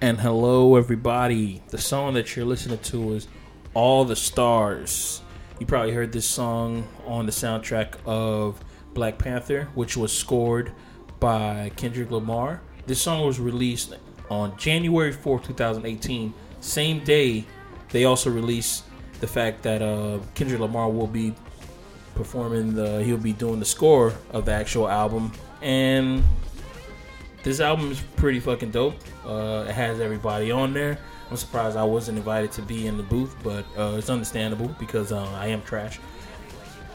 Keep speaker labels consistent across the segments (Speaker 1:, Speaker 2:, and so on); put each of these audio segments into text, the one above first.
Speaker 1: and hello everybody. The song that you're listening to is All the Stars. You probably heard this song on the soundtrack of Black Panther, which was scored by Kendrick Lamar. This song was released on January 4th, 2018. Same day, they also released the fact that uh, Kendrick Lamar will be performing the, he'll be doing the score of the actual album. And this album is pretty fucking dope. Uh, it has everybody on there. I'm surprised I wasn't invited to be in the booth, but uh, it's understandable because uh, I am trash.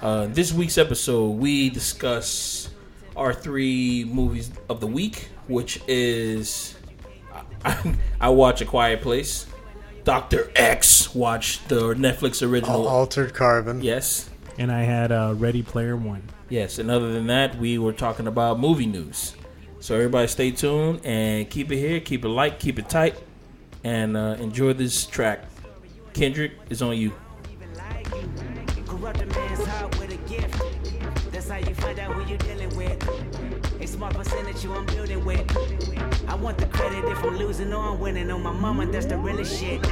Speaker 1: Uh, this week's episode, we discuss our three movies of the week, which is I, I watch A Quiet Place, Doctor X watch the Netflix original.
Speaker 2: Altered Carbon.
Speaker 1: Yes,
Speaker 3: And I had uh, Ready Player One.
Speaker 1: yes. And other than that, we were talking about movie news. So everybody, stay tuned and keep it here, keep it light, keep it tight, and uh, enjoy this track. Kendrick is on you.
Speaker 4: like you. Corrupt a man's heart with a gift. That's how you find out who you're dealing with. A small percentage you I'm building with. I want the credit if I'm losing or I'm winning. On my mama, that's the realest shit.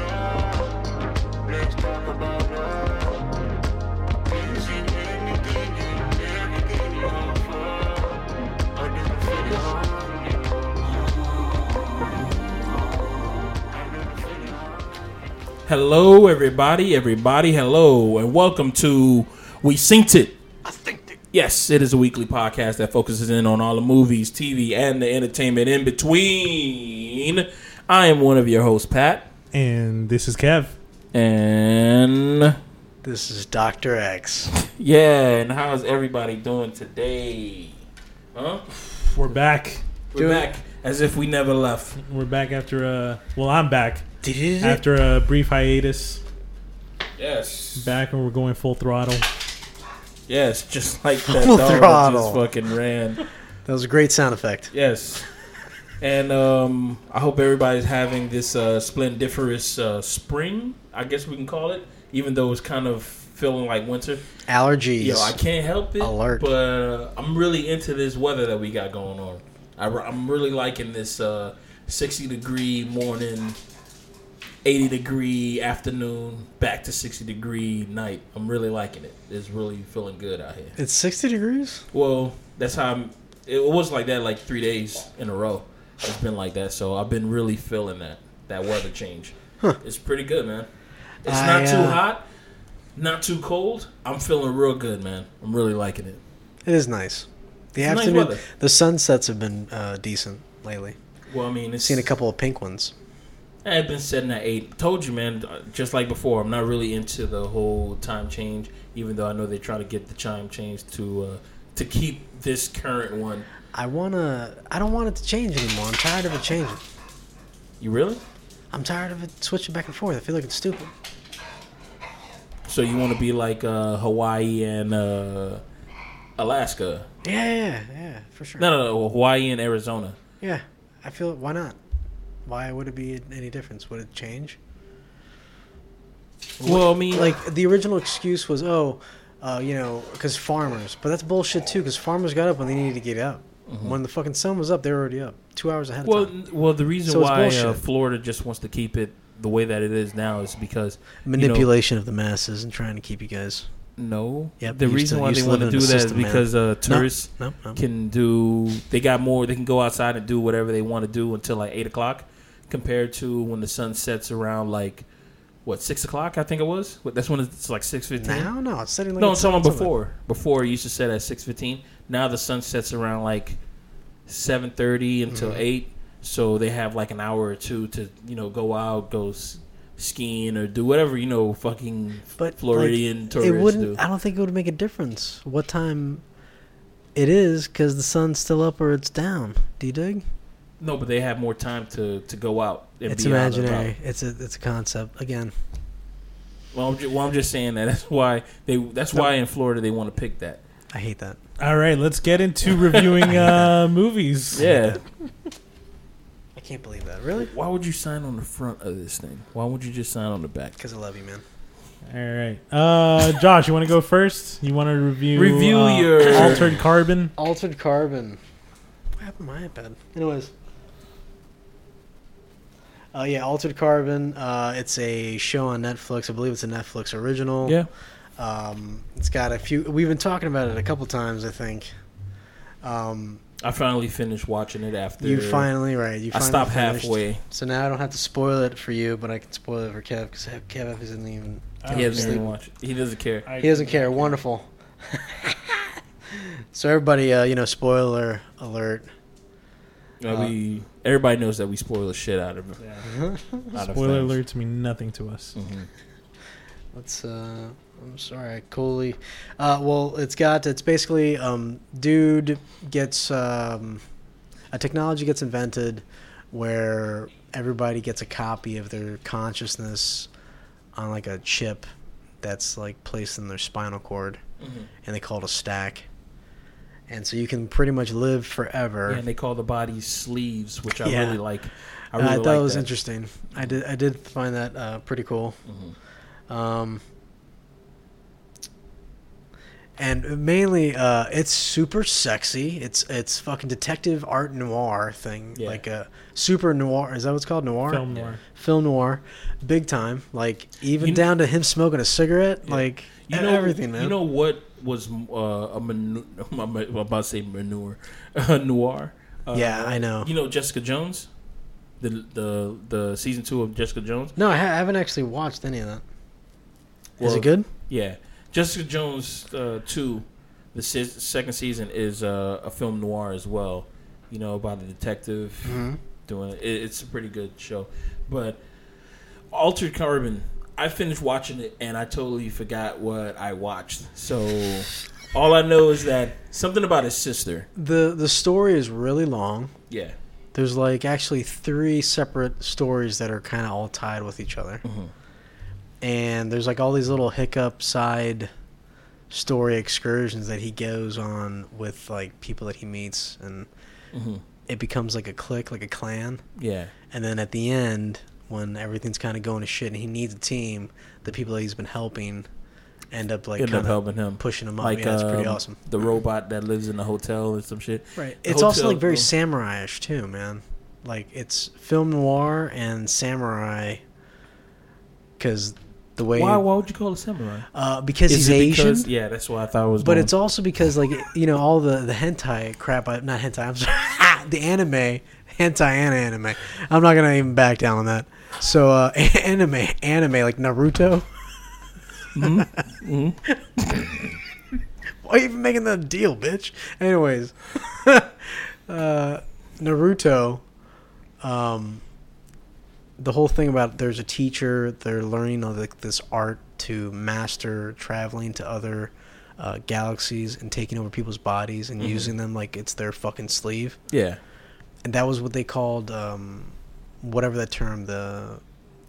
Speaker 1: Hello, everybody, everybody, hello, and welcome to We Synced It. Yes, it is a weekly podcast that focuses in on all the movies, TV, and the entertainment in between. I am one of your hosts, Pat,
Speaker 3: And this is Kev.
Speaker 1: and
Speaker 2: This is Doctor X.
Speaker 1: yeah, and how's everybody doing today? Huh?
Speaker 3: We're back.
Speaker 1: We're
Speaker 2: Doing-
Speaker 1: back as if we never left.
Speaker 3: We're back after a. Well, I'm back
Speaker 2: Did it?
Speaker 3: after a brief hiatus.
Speaker 1: Yes,
Speaker 3: Back and we're going full throttle.
Speaker 1: yes, just like that
Speaker 2: Full
Speaker 1: dog
Speaker 2: throttle.
Speaker 1: just fucking ran.
Speaker 2: that was a great sound effect.
Speaker 1: Yes. And um, I hope everybody's having this uh, splendiferous uh, spring, I guess we can call it, even though it's kind of feeling like winter.
Speaker 2: Allergies.
Speaker 1: Yo, I can't help it,
Speaker 2: Alert.
Speaker 1: but uh, I'm really into this weather that we got going on. I, am really liking this uh, 60 degree morning, 80 degree afternoon, back to 60 degree night. I'm really liking it. It's really feeling good out here.
Speaker 2: It's 60 degrees?
Speaker 1: Well, that's how I'm, it was like that like three days in a row. It's been like that, so I've been really feeling that that weather change. It's pretty good, man. It's
Speaker 2: I,
Speaker 1: not too
Speaker 2: uh,
Speaker 1: hot, not too cold. I'm feeling real good, man. I'm really liking it.
Speaker 2: It is nice. The
Speaker 1: It's nice
Speaker 2: afternoon,
Speaker 1: weather.
Speaker 2: the sunsets have been uh, decent lately.
Speaker 1: Well, I mean, it's
Speaker 2: Seen a couple of pink ones.
Speaker 1: I've been setting at eight. Told you, man. uh, Just like before, I'm not really into the whole time change, even though I know they try to get the time change to uh, to keep this current one.
Speaker 2: I wanna. I don't want it to change anymore. I'm tired of it changing.
Speaker 1: You really?
Speaker 2: I'm tired of it switching back and forth. I feel like it's stupid.
Speaker 1: So you want to be like uh, Hawaii and uh, Alaska?
Speaker 2: Yeah, yeah, yeah, for sure.
Speaker 1: No, no, no, Hawaii and Arizona.
Speaker 2: Yeah, I feel. Why not? Why would it be any difference? Would it change?
Speaker 1: Well, I mean, like,
Speaker 2: Like the original excuse was, oh, uh, you know, because farmers. But that's bullshit too, because farmers got up when they needed to get up. When the fucking sun was up, they were already up, two hours ahead of
Speaker 1: well,
Speaker 2: time.
Speaker 1: n- well, the reason
Speaker 2: So it's
Speaker 1: why uh,
Speaker 2: bullshit.
Speaker 1: Florida just wants to keep it the way that it is now is because you know-
Speaker 2: Manipulation of the masses and trying to keep you guys.
Speaker 1: no,
Speaker 2: Yep,
Speaker 1: the
Speaker 2: you
Speaker 1: reason
Speaker 2: still-
Speaker 1: why
Speaker 2: you
Speaker 1: they
Speaker 2: still
Speaker 1: want to
Speaker 2: live in
Speaker 1: do
Speaker 2: the
Speaker 1: that is
Speaker 2: system, man.
Speaker 1: because uh, tourists
Speaker 2: No, no, no.
Speaker 1: can do. They got more. They can go outside and do whatever they want to do until like eight o'clock, compared to when the sun sets around like what six o'clock. I think it was. What- That's when it's like six fifteen.
Speaker 2: Now, no, it's sitting like
Speaker 1: No,
Speaker 2: it's-
Speaker 1: someone
Speaker 2: it's something.
Speaker 1: before. Before it used to set at six fifteen. Now the sun sets around like seven thirty until eight. So they have like an hour or two to you know go out, go s- skiing or do whatever you know fucking
Speaker 2: But, like,
Speaker 1: Floridian
Speaker 2: It
Speaker 1: tourists
Speaker 2: wouldn't.
Speaker 1: do.
Speaker 2: I don't think it would make a difference what time it is, because the sun's still up or it's down. Do you dig?
Speaker 1: no, but they have more time to to go out. And
Speaker 2: It's
Speaker 1: be out and
Speaker 2: imaginary.
Speaker 1: about.
Speaker 2: It's a it's a concept again.
Speaker 1: Well, I'm just, well, I'm just saying that. That's why they. That's why in Florida they want to pick that.
Speaker 2: I hate that.
Speaker 3: All right, let's get into reviewing uh, movies.
Speaker 1: Yeah.
Speaker 2: I can't believe that. Really?
Speaker 1: Why would you sign on the front of this thing? Why would you just sign on the back?
Speaker 2: Because I love you, man.
Speaker 3: All right, uh, Josh, you want to go first? You want to review
Speaker 1: Review
Speaker 3: uh,
Speaker 1: your-
Speaker 3: Altered Carbon?
Speaker 2: Altered carbon. What happened to my iPad? Anyways, Uh, yeah, Altered Carbon. Uh, it's a show on Netflix. I believe it's a Netflix original.
Speaker 3: Yeah.
Speaker 2: Um, it's got a few. We've been talking about it a couple times, I think. Um,
Speaker 1: I finally finished watching it after
Speaker 2: you finally right. You
Speaker 1: I
Speaker 2: finally
Speaker 1: stopped
Speaker 2: finished.
Speaker 1: halfway.
Speaker 2: So now I don't have to spoil it for you, but I can spoil it for Kev because Kev isn't even.
Speaker 3: I
Speaker 1: He
Speaker 3: don't
Speaker 1: doesn't
Speaker 3: care.
Speaker 1: even watch it. He doesn't care.
Speaker 3: I-
Speaker 2: He doesn't care. Wonderful. so everybody, uh, you know, spoiler alert.
Speaker 1: Uh, we everybody knows that we spoil the shit out of him.
Speaker 3: Yeah.
Speaker 1: Out of
Speaker 3: Spoiler
Speaker 1: things.
Speaker 3: alerts mean nothing to us.
Speaker 1: Mhm.
Speaker 2: Let's. Uh, I'm sorry, I coolly. Uh, well, it's got. It's basically um, dude gets um, a technology gets invented where everybody gets a copy of their consciousness on like a chip that's like placed in their spinal cord, and they call it a stack. And so you can pretty much live forever.
Speaker 1: Yeah, and they call the bodies sleeves, which I
Speaker 2: Yeah.
Speaker 1: really like. I
Speaker 2: I,
Speaker 1: really
Speaker 2: thought
Speaker 1: like
Speaker 2: it was
Speaker 1: that.
Speaker 2: interesting. I did. I did find that uh, pretty cool.
Speaker 1: Mm-hmm.
Speaker 2: Um, and mainly, uh, it's super sexy. It's it's fucking detective art noir thing,
Speaker 1: Yeah.
Speaker 2: like a super noir. Is that what's called noir?
Speaker 3: Film noir.
Speaker 2: Film noir, big time. Like even
Speaker 1: You kn-
Speaker 2: down to him smoking a cigarette.
Speaker 1: Yeah.
Speaker 2: Like
Speaker 1: You know
Speaker 2: E- everything, man.
Speaker 1: You know what was uh, a manu- I'm about to say manure, noir. Uh,
Speaker 2: Yeah, I know.
Speaker 1: You know Jessica Jones, the the the season two of Jessica Jones.
Speaker 2: no, I, ha- I haven't actually watched any of that. Is
Speaker 1: Well,
Speaker 2: it good?
Speaker 1: Yeah, Jessica Jones uh, two, the se- second season is uh, a film noir as well. You know about a detective
Speaker 2: Mm-hmm.
Speaker 1: doing it. It's a pretty good show, but Altered Carbon. I finished watching it and I totally forgot what I watched. So all I know is that something about his sister.
Speaker 2: the The story is really long.
Speaker 1: Yeah.
Speaker 2: There's like actually three separate stories that are kind of all tied with each other.
Speaker 1: Mm-hmm.
Speaker 2: And there's like all these little hiccup side story excursions that he goes on with like people that he meets and
Speaker 1: Mm-hmm.
Speaker 2: it becomes like a clique, like a clan.
Speaker 1: Yeah.
Speaker 2: And then at the end when everything's kind of going to shit and he needs a team, the people that he's been helping end up like
Speaker 1: End up
Speaker 2: kind of
Speaker 1: helping him.
Speaker 2: pushing him up.
Speaker 1: Like
Speaker 2: yeah, that's pretty
Speaker 1: um,
Speaker 2: awesome.
Speaker 1: the robot that lives in the hotel and some shit.
Speaker 2: Right.
Speaker 1: The
Speaker 2: It's also
Speaker 1: hotel-
Speaker 2: like very
Speaker 1: oh.
Speaker 2: samurai-ish too, man. Like it's film noir and samurai cuz the way
Speaker 1: Why? Why would you call it samurai?
Speaker 2: uh because
Speaker 1: Is
Speaker 2: he's
Speaker 1: it
Speaker 2: Asian.
Speaker 1: because- yeah, that's what I thought it was.
Speaker 2: but
Speaker 1: going-
Speaker 2: it's also because like you know all the the hentai crap, I, not hentai, I'm sorry. ah, the anime, hentai and anime. I'm not going to even back down on that. So uh anime, anime like Naruto. Why are you even making that deal, bitch? Anyways, uh, Naruto, um, the whole thing about there's a teacher, they're learning all like this art to master traveling to other uh, galaxies and taking over people's bodies
Speaker 1: Mm-hmm.
Speaker 2: and using them like it's their fucking sleeve.
Speaker 1: yeah,
Speaker 2: And that was what they called, um, whatever that term, the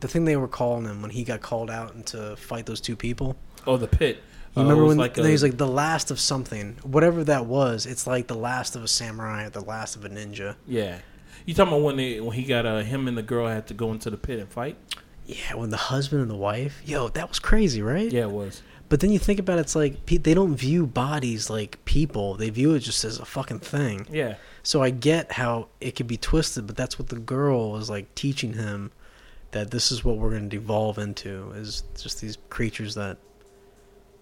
Speaker 2: the thing they were calling him when he got called out and to fight those two people.
Speaker 1: oh the pit.
Speaker 2: You
Speaker 1: Uh, it
Speaker 2: remember
Speaker 1: was
Speaker 2: when
Speaker 1: like
Speaker 2: no,
Speaker 1: a-
Speaker 2: he's like the last of something, whatever that was. It's like the last of a samurai, or the last of a ninja.
Speaker 1: yeah. You talking about when they when he got uh, him and the girl had to go into the pit and fight?
Speaker 2: Yeah, when the husband and the wife. Yo, that was crazy, right?
Speaker 1: Yeah, it was.
Speaker 2: But then you think about it, it's like pe- they don't view bodies like people. They view it just as a fucking thing.
Speaker 1: Yeah,
Speaker 2: So I get how it could be twisted, but that's what the girl was like teaching him that this is what we're going to devolve into is just these creatures that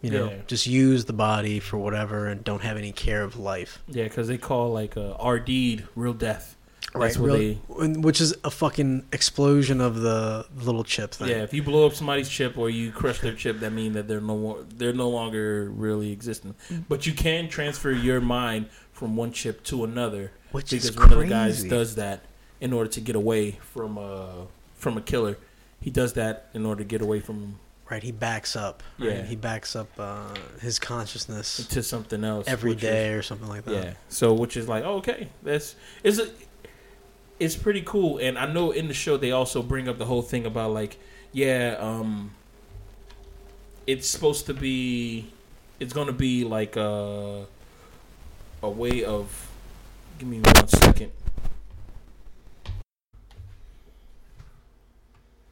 Speaker 2: you know
Speaker 1: Yeah.
Speaker 2: just use the body for whatever and don't have any care of life.
Speaker 1: yeah, because they call like uh, RD real death. That's what
Speaker 2: really- and- which is a fucking explosion of the little chip
Speaker 1: they.
Speaker 2: thing.
Speaker 1: Yeah, if you blow up somebody's chip or you crush their chip, that means that they're no more, they're no longer really existent.
Speaker 2: Mm.
Speaker 1: But you can transfer your mind from one chip to another,
Speaker 2: Which is
Speaker 1: one of the guys
Speaker 2: crazy.
Speaker 1: does that in order to get away from uh from a killer. He does that in order to get away from
Speaker 2: Right, he backs up. right?
Speaker 1: Yeah.
Speaker 2: he backs up uh, his consciousness
Speaker 1: to something else
Speaker 2: every
Speaker 1: which is-
Speaker 2: day or something like that.
Speaker 1: Yeah. So which is like okay, that's it's a, it's pretty cool. And I know in the show they also bring up the whole thing about like yeah, um, it's supposed to be it's gonna be like a a way of give me one second.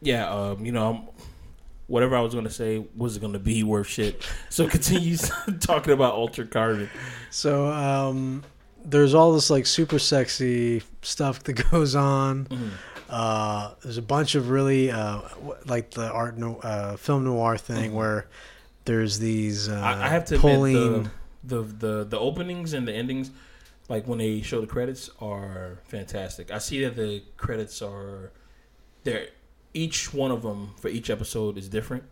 Speaker 1: Yeah, um, you know, I'm, whatever I was gonna say wasn't gonna be worth shit. So continue talking about Altered Carbon.
Speaker 2: So
Speaker 1: Mm-hmm.
Speaker 2: um, there's all this like super sexy stuff that goes on. Uh, there's a bunch of really uh, w- like the art no, uh, film noir thing where there's these uh,
Speaker 1: Mm-hmm. I, I have to
Speaker 2: pulling
Speaker 1: admit the, the the the openings and the endings, like when they show the credits, are fantastic. I see that the credits are there. Each one of them for each episode is different,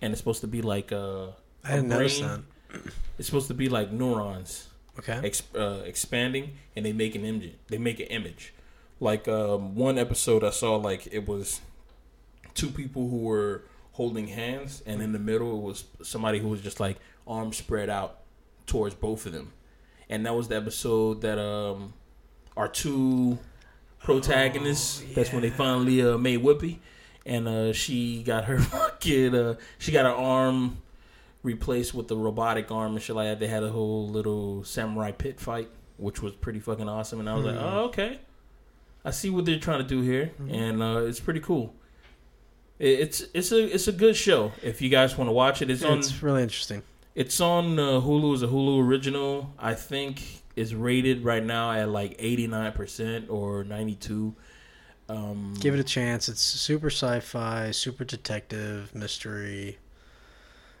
Speaker 1: and it's supposed to be like uh,
Speaker 2: I didn't
Speaker 1: a
Speaker 2: notice
Speaker 1: brain.
Speaker 2: that.
Speaker 1: It's supposed to be like neurons
Speaker 2: Okay.
Speaker 1: exp- uh, expanding, and they make an image. They make an image. Like um, one episode, I saw like it was two people who were holding hands, and in the middle it was somebody who was just like arms spread out towards both of them, and that was the episode that um, our two protagonists. That's when they finally uh, made Whoopi, and uh, she got her fucking uh, she got her arm replaced with the robotic arm and shit like that. They had a whole little samurai pit fight, which was pretty fucking awesome. And I was like,
Speaker 2: Mhm.
Speaker 1: oh, okay. I see what they're trying to do here, and uh, it's pretty cool. It, it's it's a it's a good show. If you guys want to watch it, it's on
Speaker 2: It's really interesting.
Speaker 1: it's on uh, Hulu. It's a Hulu original. I think it's rated right now at like eighty nine percent or ninety two. Um,
Speaker 2: Give it a chance. It's super sci-fi, super detective, mystery.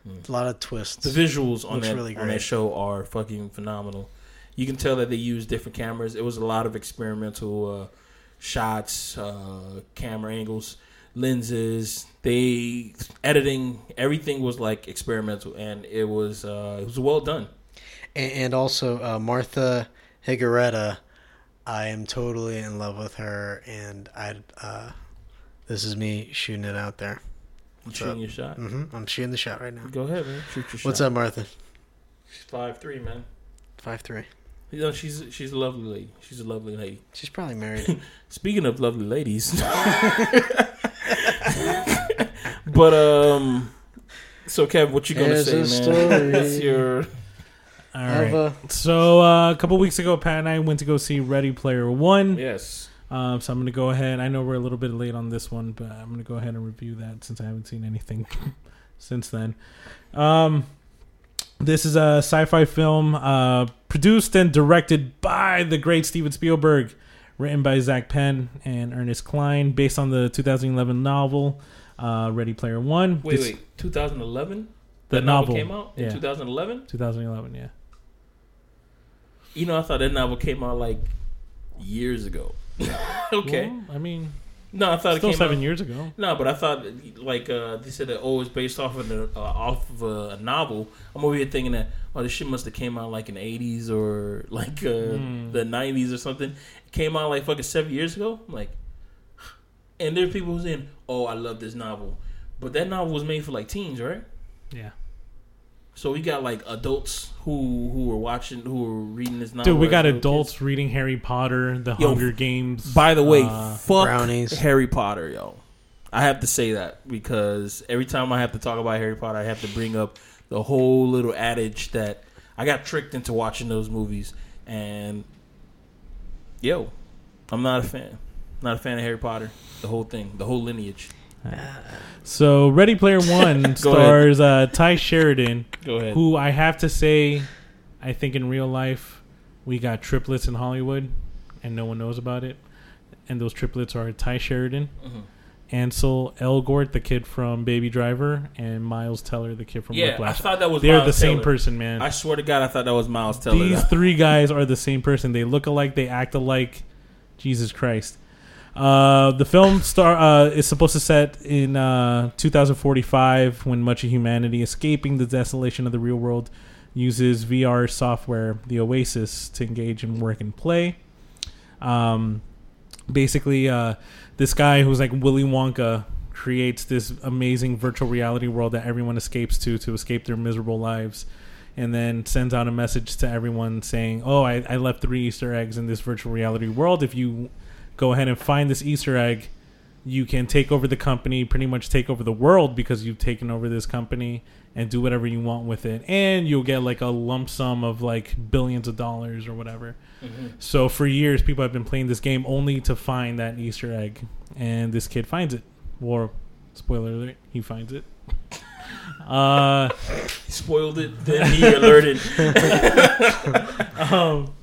Speaker 1: Mm.
Speaker 2: A lot of twists.
Speaker 1: the visuals on
Speaker 2: Looks
Speaker 1: that
Speaker 2: really
Speaker 1: on that
Speaker 2: great.
Speaker 1: show are fucking phenomenal. You can tell that they use different cameras. It was a lot of experimental uh, shots, uh, camera angles, lenses. They editing everything was like experimental, and it was uh, it was well done.
Speaker 2: and, and also uh, Martha Higuereta. I am totally in love with her, and I. Uh, this is me shooting it out there.
Speaker 1: You
Speaker 2: What's
Speaker 1: shooting
Speaker 2: up?
Speaker 1: your shot.
Speaker 2: hmm I'm shooting the shot right now.
Speaker 1: Go ahead, man. Shoot your shot.
Speaker 2: What's up, Martha?
Speaker 1: She's five three, man.
Speaker 2: Five three.
Speaker 1: You know, she's she's a lovely lady. She's a lovely lady.
Speaker 2: She's probably married.
Speaker 1: Speaking of lovely ladies, but um, so Kev, what you gonna
Speaker 2: There's
Speaker 1: say,
Speaker 2: a
Speaker 1: man?
Speaker 2: story.
Speaker 1: That's your
Speaker 3: All
Speaker 2: Have
Speaker 3: right. So uh, a couple weeks ago, Pat and I went to go see Ready Player One.
Speaker 1: yes.
Speaker 3: Um, so I'm going to go ahead. I know we're a little bit late on this one, but I'm going to go ahead and review that since I haven't seen anything since then. Um, this is a sci-fi film uh, produced and directed by the great Steven Spielberg, written by Zach Penn and Ernest Klein, based on the 2011 novel uh, Ready Player One.
Speaker 1: Wait,
Speaker 3: This-
Speaker 1: wait. 2011.
Speaker 3: the
Speaker 1: That
Speaker 3: novel
Speaker 1: came out in
Speaker 3: yeah.
Speaker 1: 2011.
Speaker 3: 2011, yeah.
Speaker 1: You know, I thought that novel came out like years ago. okay.
Speaker 3: Well, I mean,
Speaker 1: no, I thought it
Speaker 3: still
Speaker 1: came
Speaker 3: seven
Speaker 1: out.
Speaker 3: years ago.
Speaker 1: No, but I thought like uh, they said that oh, it's based off of the, uh, off of a, a novel. I'm over here thinking that oh, this shit must have came out like in the 80s or like uh,
Speaker 3: Mm.
Speaker 1: the 90s or something. It came out like fucking seven years ago. I'm like, and there's people who's in oh, I love this novel, but that novel was made for like teens, right?
Speaker 3: Yeah.
Speaker 1: So we got like adults who who were watching who were reading this novel.
Speaker 3: Dude, we
Speaker 1: as
Speaker 3: got
Speaker 1: little
Speaker 3: adults
Speaker 1: kids.
Speaker 3: reading Harry Potter, The
Speaker 1: Oh, Yo,
Speaker 3: Hunger Games.
Speaker 1: By the way,
Speaker 3: uh,
Speaker 1: fuck
Speaker 2: brownies.
Speaker 1: Harry Potter, yo. I have to say that because every time I have to talk about Harry Potter, I have to bring up the whole little adage that I got tricked into watching those movies, and yo, I'm not a fan. Not a fan of Harry Potter. The whole thing, the whole lineage.
Speaker 3: so Ready Player One stars uh, Ty Sheridan,
Speaker 1: Go ahead.
Speaker 3: who I have to say, I think in real life we got triplets in Hollywood, and no one knows about it. And those triplets are Ty Sheridan,
Speaker 1: Mhm.
Speaker 3: Ansel Elgort, the kid from Baby Driver, and Miles Teller, the kid from
Speaker 1: yeah, I
Speaker 3: Whiplash.
Speaker 1: thought that was
Speaker 3: They're the
Speaker 1: Miles
Speaker 3: same
Speaker 1: Teller.
Speaker 3: person, man.
Speaker 1: I swear to God, I thought that was Miles Teller.
Speaker 3: These three guys are the same person. They look alike. They act alike. Jesus Christ. Uh, the film star uh, is supposed to set in uh, 2045 when much of humanity escaping the desolation of the real world uses VR software, the Oasis, to engage in work and play. Um, basically, uh, this guy who's like Willy Wonka creates this amazing virtual reality world that everyone escapes to to escape their miserable lives and then sends out a message to everyone saying, "Oh, I, I left three Easter eggs in this virtual reality world. If you go ahead and find this Easter egg, you can take over the company, pretty much take over the world because you've taken over this company and do whatever you want with it, and you'll get like a lump sum of like billions of dollars or whatever." So for years, people have been playing this game only to find that Easter egg, and this kid finds it. Or spoiler alert, he finds it. Uh,
Speaker 1: He spoiled it. Then he alerted.
Speaker 3: um,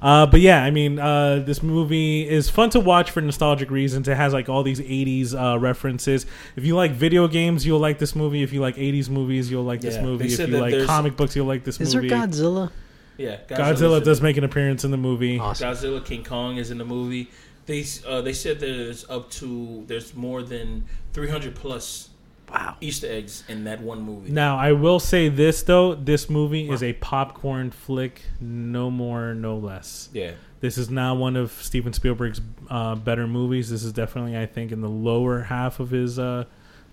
Speaker 3: Uh, but yeah, I mean, uh, this movie is fun to watch for nostalgic reasons. It has like all these '80s uh, references. If you like video games, you'll like this movie. If you like '80s movies, you'll like this
Speaker 1: Yeah,
Speaker 3: movie.
Speaker 1: they
Speaker 3: If
Speaker 1: said
Speaker 3: you
Speaker 1: that
Speaker 3: like
Speaker 1: there's-
Speaker 3: comic books, you'll like this
Speaker 2: Is there
Speaker 3: movie.
Speaker 2: Godzilla?
Speaker 1: Yeah,
Speaker 3: Godzilla
Speaker 1: Godzilla's
Speaker 3: does
Speaker 1: in
Speaker 3: make an appearance in the movie.
Speaker 2: Awesome.
Speaker 1: Godzilla, King Kong is in the movie. They uh, they said there's up to there's more than 300 plus
Speaker 2: Wow.
Speaker 1: Easter eggs in that one movie.
Speaker 3: Now, I will say this though: this movie is a popcorn flick, no more, no less.
Speaker 1: Yeah,
Speaker 3: This is not one of Steven Spielberg's uh, better movies. This is definitely, I think, in the lower half of his uh,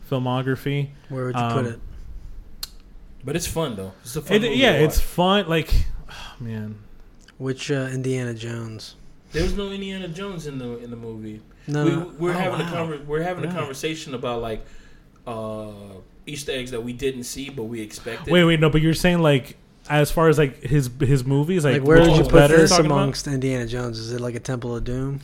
Speaker 3: filmography.
Speaker 2: Where would you
Speaker 3: Um,
Speaker 2: put it?
Speaker 1: but it's fun though. It's a fun.
Speaker 3: It,
Speaker 1: movie
Speaker 3: yeah,
Speaker 1: to
Speaker 3: it's
Speaker 1: watch.
Speaker 3: fun. Like, man,
Speaker 2: Which uh, Indiana Jones?
Speaker 1: there was no Indiana Jones in the in the movie.
Speaker 2: No,
Speaker 1: we,
Speaker 2: no.
Speaker 1: we're
Speaker 2: Oh,
Speaker 1: having a
Speaker 2: wow.
Speaker 1: conver- we're having
Speaker 2: Really?
Speaker 1: a conversation about like uh, Easter eggs that we didn't see but we expected.
Speaker 3: wait, wait, no, but you're saying like, as far as like his his movies, like,
Speaker 2: Like, where
Speaker 3: which
Speaker 2: would you
Speaker 3: is
Speaker 2: put
Speaker 3: better?
Speaker 2: this
Speaker 3: Talking about-
Speaker 2: amongst Indiana Jones? Is it like a Temple of Doom?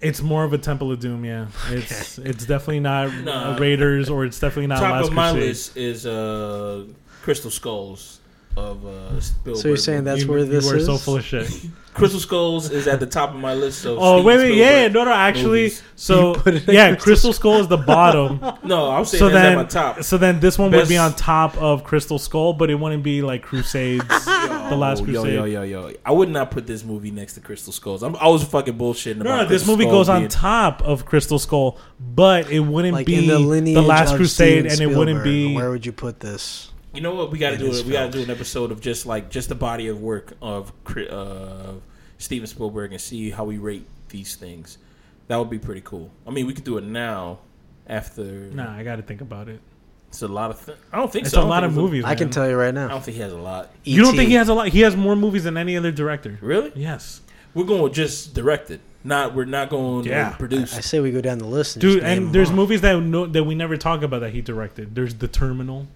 Speaker 3: It's more of a Temple of Doom. Yeah, it's it's definitely not
Speaker 1: Nah.
Speaker 3: uh, Raiders, or it's definitely not
Speaker 1: top
Speaker 3: Last
Speaker 1: of my
Speaker 3: Crusade.
Speaker 1: list is uh, Crystal Skulls of uh, Spielberg.
Speaker 2: So you're saying that's
Speaker 3: You-
Speaker 2: where
Speaker 3: you
Speaker 2: this
Speaker 3: were
Speaker 2: is?
Speaker 3: so full of shit.
Speaker 1: Crystal Skulls is at the top of my list of.
Speaker 3: Oh
Speaker 1: Steven
Speaker 3: wait, wait, yeah, yeah,
Speaker 1: Spielberg.
Speaker 3: no, no, actually,
Speaker 1: movies.
Speaker 3: so
Speaker 2: You put it in
Speaker 3: yeah,
Speaker 2: Crystal
Speaker 3: Crystal Skull is the bottom.
Speaker 1: No, I'm saying
Speaker 3: so
Speaker 1: that's
Speaker 3: then,
Speaker 1: at my top.
Speaker 3: so then this one would be
Speaker 1: Best-
Speaker 3: on top of Crystal Skull, but it wouldn't be like Crusades, the
Speaker 1: Yo,
Speaker 3: Last Crusade.
Speaker 1: yo, yo, yo, yo! I would not put this movie next to Crystal Skulls. I'm, I was fucking bullshitting.
Speaker 3: No,
Speaker 1: about
Speaker 3: no, this
Speaker 1: Crystal
Speaker 3: movie
Speaker 1: Skulls
Speaker 3: goes on
Speaker 1: being-
Speaker 3: top of Crystal Skull, but it wouldn't
Speaker 2: Like
Speaker 3: be
Speaker 2: in the lineage
Speaker 3: Last
Speaker 2: of
Speaker 3: Crusade,
Speaker 2: Steven
Speaker 3: and it wouldn't
Speaker 2: Spielberg,
Speaker 3: be.
Speaker 2: Where would you put this?
Speaker 1: You know what? We got to
Speaker 2: It
Speaker 1: do
Speaker 2: is
Speaker 1: it. We got to
Speaker 2: film.
Speaker 1: do an episode of just like just the body of work of Cri- uh, Steven Spielberg and see how we rate these things. That would be pretty cool. I mean, we could do it now. After
Speaker 3: Nah, I got to think about it.
Speaker 1: it's a lot of. Th- I don't think
Speaker 3: It's
Speaker 1: so. I
Speaker 3: a
Speaker 1: don't
Speaker 3: lot
Speaker 1: think
Speaker 3: of
Speaker 1: it's
Speaker 3: movies.
Speaker 2: I can
Speaker 3: man.
Speaker 2: tell you right
Speaker 1: I
Speaker 2: now. E
Speaker 1: don't think he has a lot.
Speaker 3: You don't think
Speaker 2: E.T.
Speaker 3: he has a lot? He has more movies than any other director.
Speaker 1: Really?
Speaker 3: Yes,
Speaker 1: We're going with just directed. Not we're not going
Speaker 3: Yeah.
Speaker 1: to produce.
Speaker 2: I say we go down the list, and
Speaker 3: dude.
Speaker 2: just name
Speaker 3: And
Speaker 2: them
Speaker 3: there's
Speaker 2: all.
Speaker 3: movies that no, that we never talk about that he directed. There's The Terminal,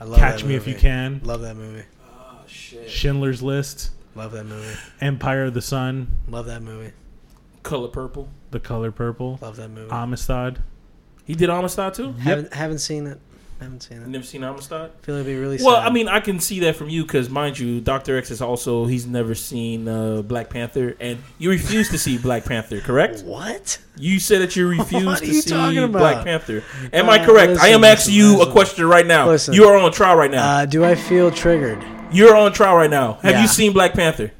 Speaker 2: I love
Speaker 3: Catch
Speaker 2: that
Speaker 3: Me If You
Speaker 2: movie.
Speaker 3: Can.
Speaker 2: Love that movie.
Speaker 1: oh shit!
Speaker 3: Schindler's List,
Speaker 2: Love that movie.
Speaker 3: Empire of the Sun,
Speaker 2: Love that movie.
Speaker 1: Color purple.
Speaker 3: The Color Purple,
Speaker 2: Love that movie.
Speaker 1: Um,
Speaker 3: Amistad.
Speaker 1: He did Amistad too.
Speaker 2: haven't haven't seen it. Haven't seen it.
Speaker 1: Never seen Amistad.
Speaker 2: Feel it'd be really.
Speaker 1: Well,
Speaker 2: sad.
Speaker 1: I mean, I can see that from you because, mind you, Doctor X is also he's never seen uh, Black Panther, and you refuse to see Black Panther, correct?
Speaker 2: what?
Speaker 1: You said that you refuse
Speaker 2: What are
Speaker 1: to
Speaker 2: you
Speaker 1: see
Speaker 2: talking about?
Speaker 1: Black Panther. Am
Speaker 2: Uh,
Speaker 1: I correct? I
Speaker 2: listen,
Speaker 1: am asking
Speaker 2: listen,
Speaker 1: you
Speaker 2: listen.
Speaker 1: a question right now.
Speaker 2: Listen.
Speaker 1: You are on trial right now.
Speaker 2: Uh, do I feel triggered?
Speaker 1: You're on trial right now. Have
Speaker 2: yeah.
Speaker 1: you seen Black Panther?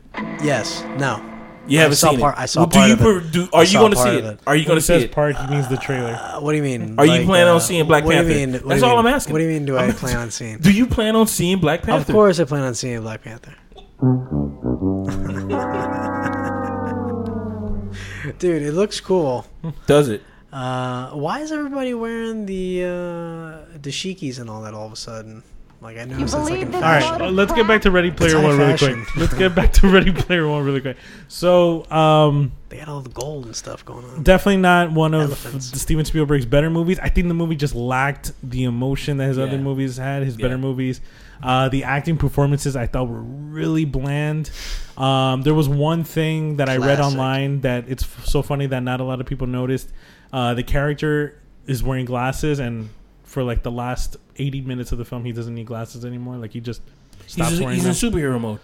Speaker 2: Yes. No.
Speaker 1: You
Speaker 2: I
Speaker 1: haven't
Speaker 2: saw
Speaker 1: seen
Speaker 2: part-
Speaker 1: it.
Speaker 2: I saw
Speaker 1: Well, do
Speaker 2: part
Speaker 1: you
Speaker 2: of it.
Speaker 1: per- do- are
Speaker 2: I
Speaker 1: you
Speaker 2: saw
Speaker 1: going to see
Speaker 2: part
Speaker 1: it?
Speaker 2: of it.
Speaker 1: Are you
Speaker 3: When
Speaker 1: going to
Speaker 3: he
Speaker 1: see
Speaker 3: says
Speaker 1: it?
Speaker 3: part, he means the trailer.
Speaker 2: Uh, what do you mean? uh,
Speaker 1: Are you planning on seeing Black
Speaker 2: what Do
Speaker 1: Panther?
Speaker 2: you mean, what
Speaker 1: That's
Speaker 2: do you
Speaker 1: all
Speaker 2: mean?
Speaker 1: I'm asking.
Speaker 2: What do you mean? Do I plan on seeing?
Speaker 1: Do you plan on seeing Black Panther?
Speaker 2: Of course, I plan on seeing Black Panther. Dude, it looks cool.
Speaker 1: Does it?
Speaker 2: Uh, why is everybody wearing the uh, dashikis and all that all of a sudden? Like I noticed that's like
Speaker 5: believe
Speaker 2: in
Speaker 5: that
Speaker 3: All right,
Speaker 2: fashion.
Speaker 5: Load
Speaker 3: uh,
Speaker 5: of
Speaker 3: let's get back to Ready Player
Speaker 2: high
Speaker 3: One really
Speaker 2: fashion.
Speaker 3: quick. Let's get back to Ready Player One really quick. So, um,
Speaker 2: They had all the gold and stuff going on.
Speaker 3: definitely not one of
Speaker 2: Elephants.
Speaker 3: Steven Spielberg's better movies. I think the movie just lacked the emotion that his
Speaker 1: Yeah.
Speaker 3: other movies had. His better
Speaker 1: Yeah.
Speaker 3: movies, uh, the acting performances I thought were really bland. Um, there was one thing that I read
Speaker 2: Classic.
Speaker 3: online that it's f- so funny that not a lot of people noticed. Uh, the character is wearing glasses, and for like the last eighty minutes of the film, he doesn't need glasses anymore. Like he just stops
Speaker 1: He's,
Speaker 3: wearing
Speaker 1: he's in
Speaker 3: them.
Speaker 1: superhero mode.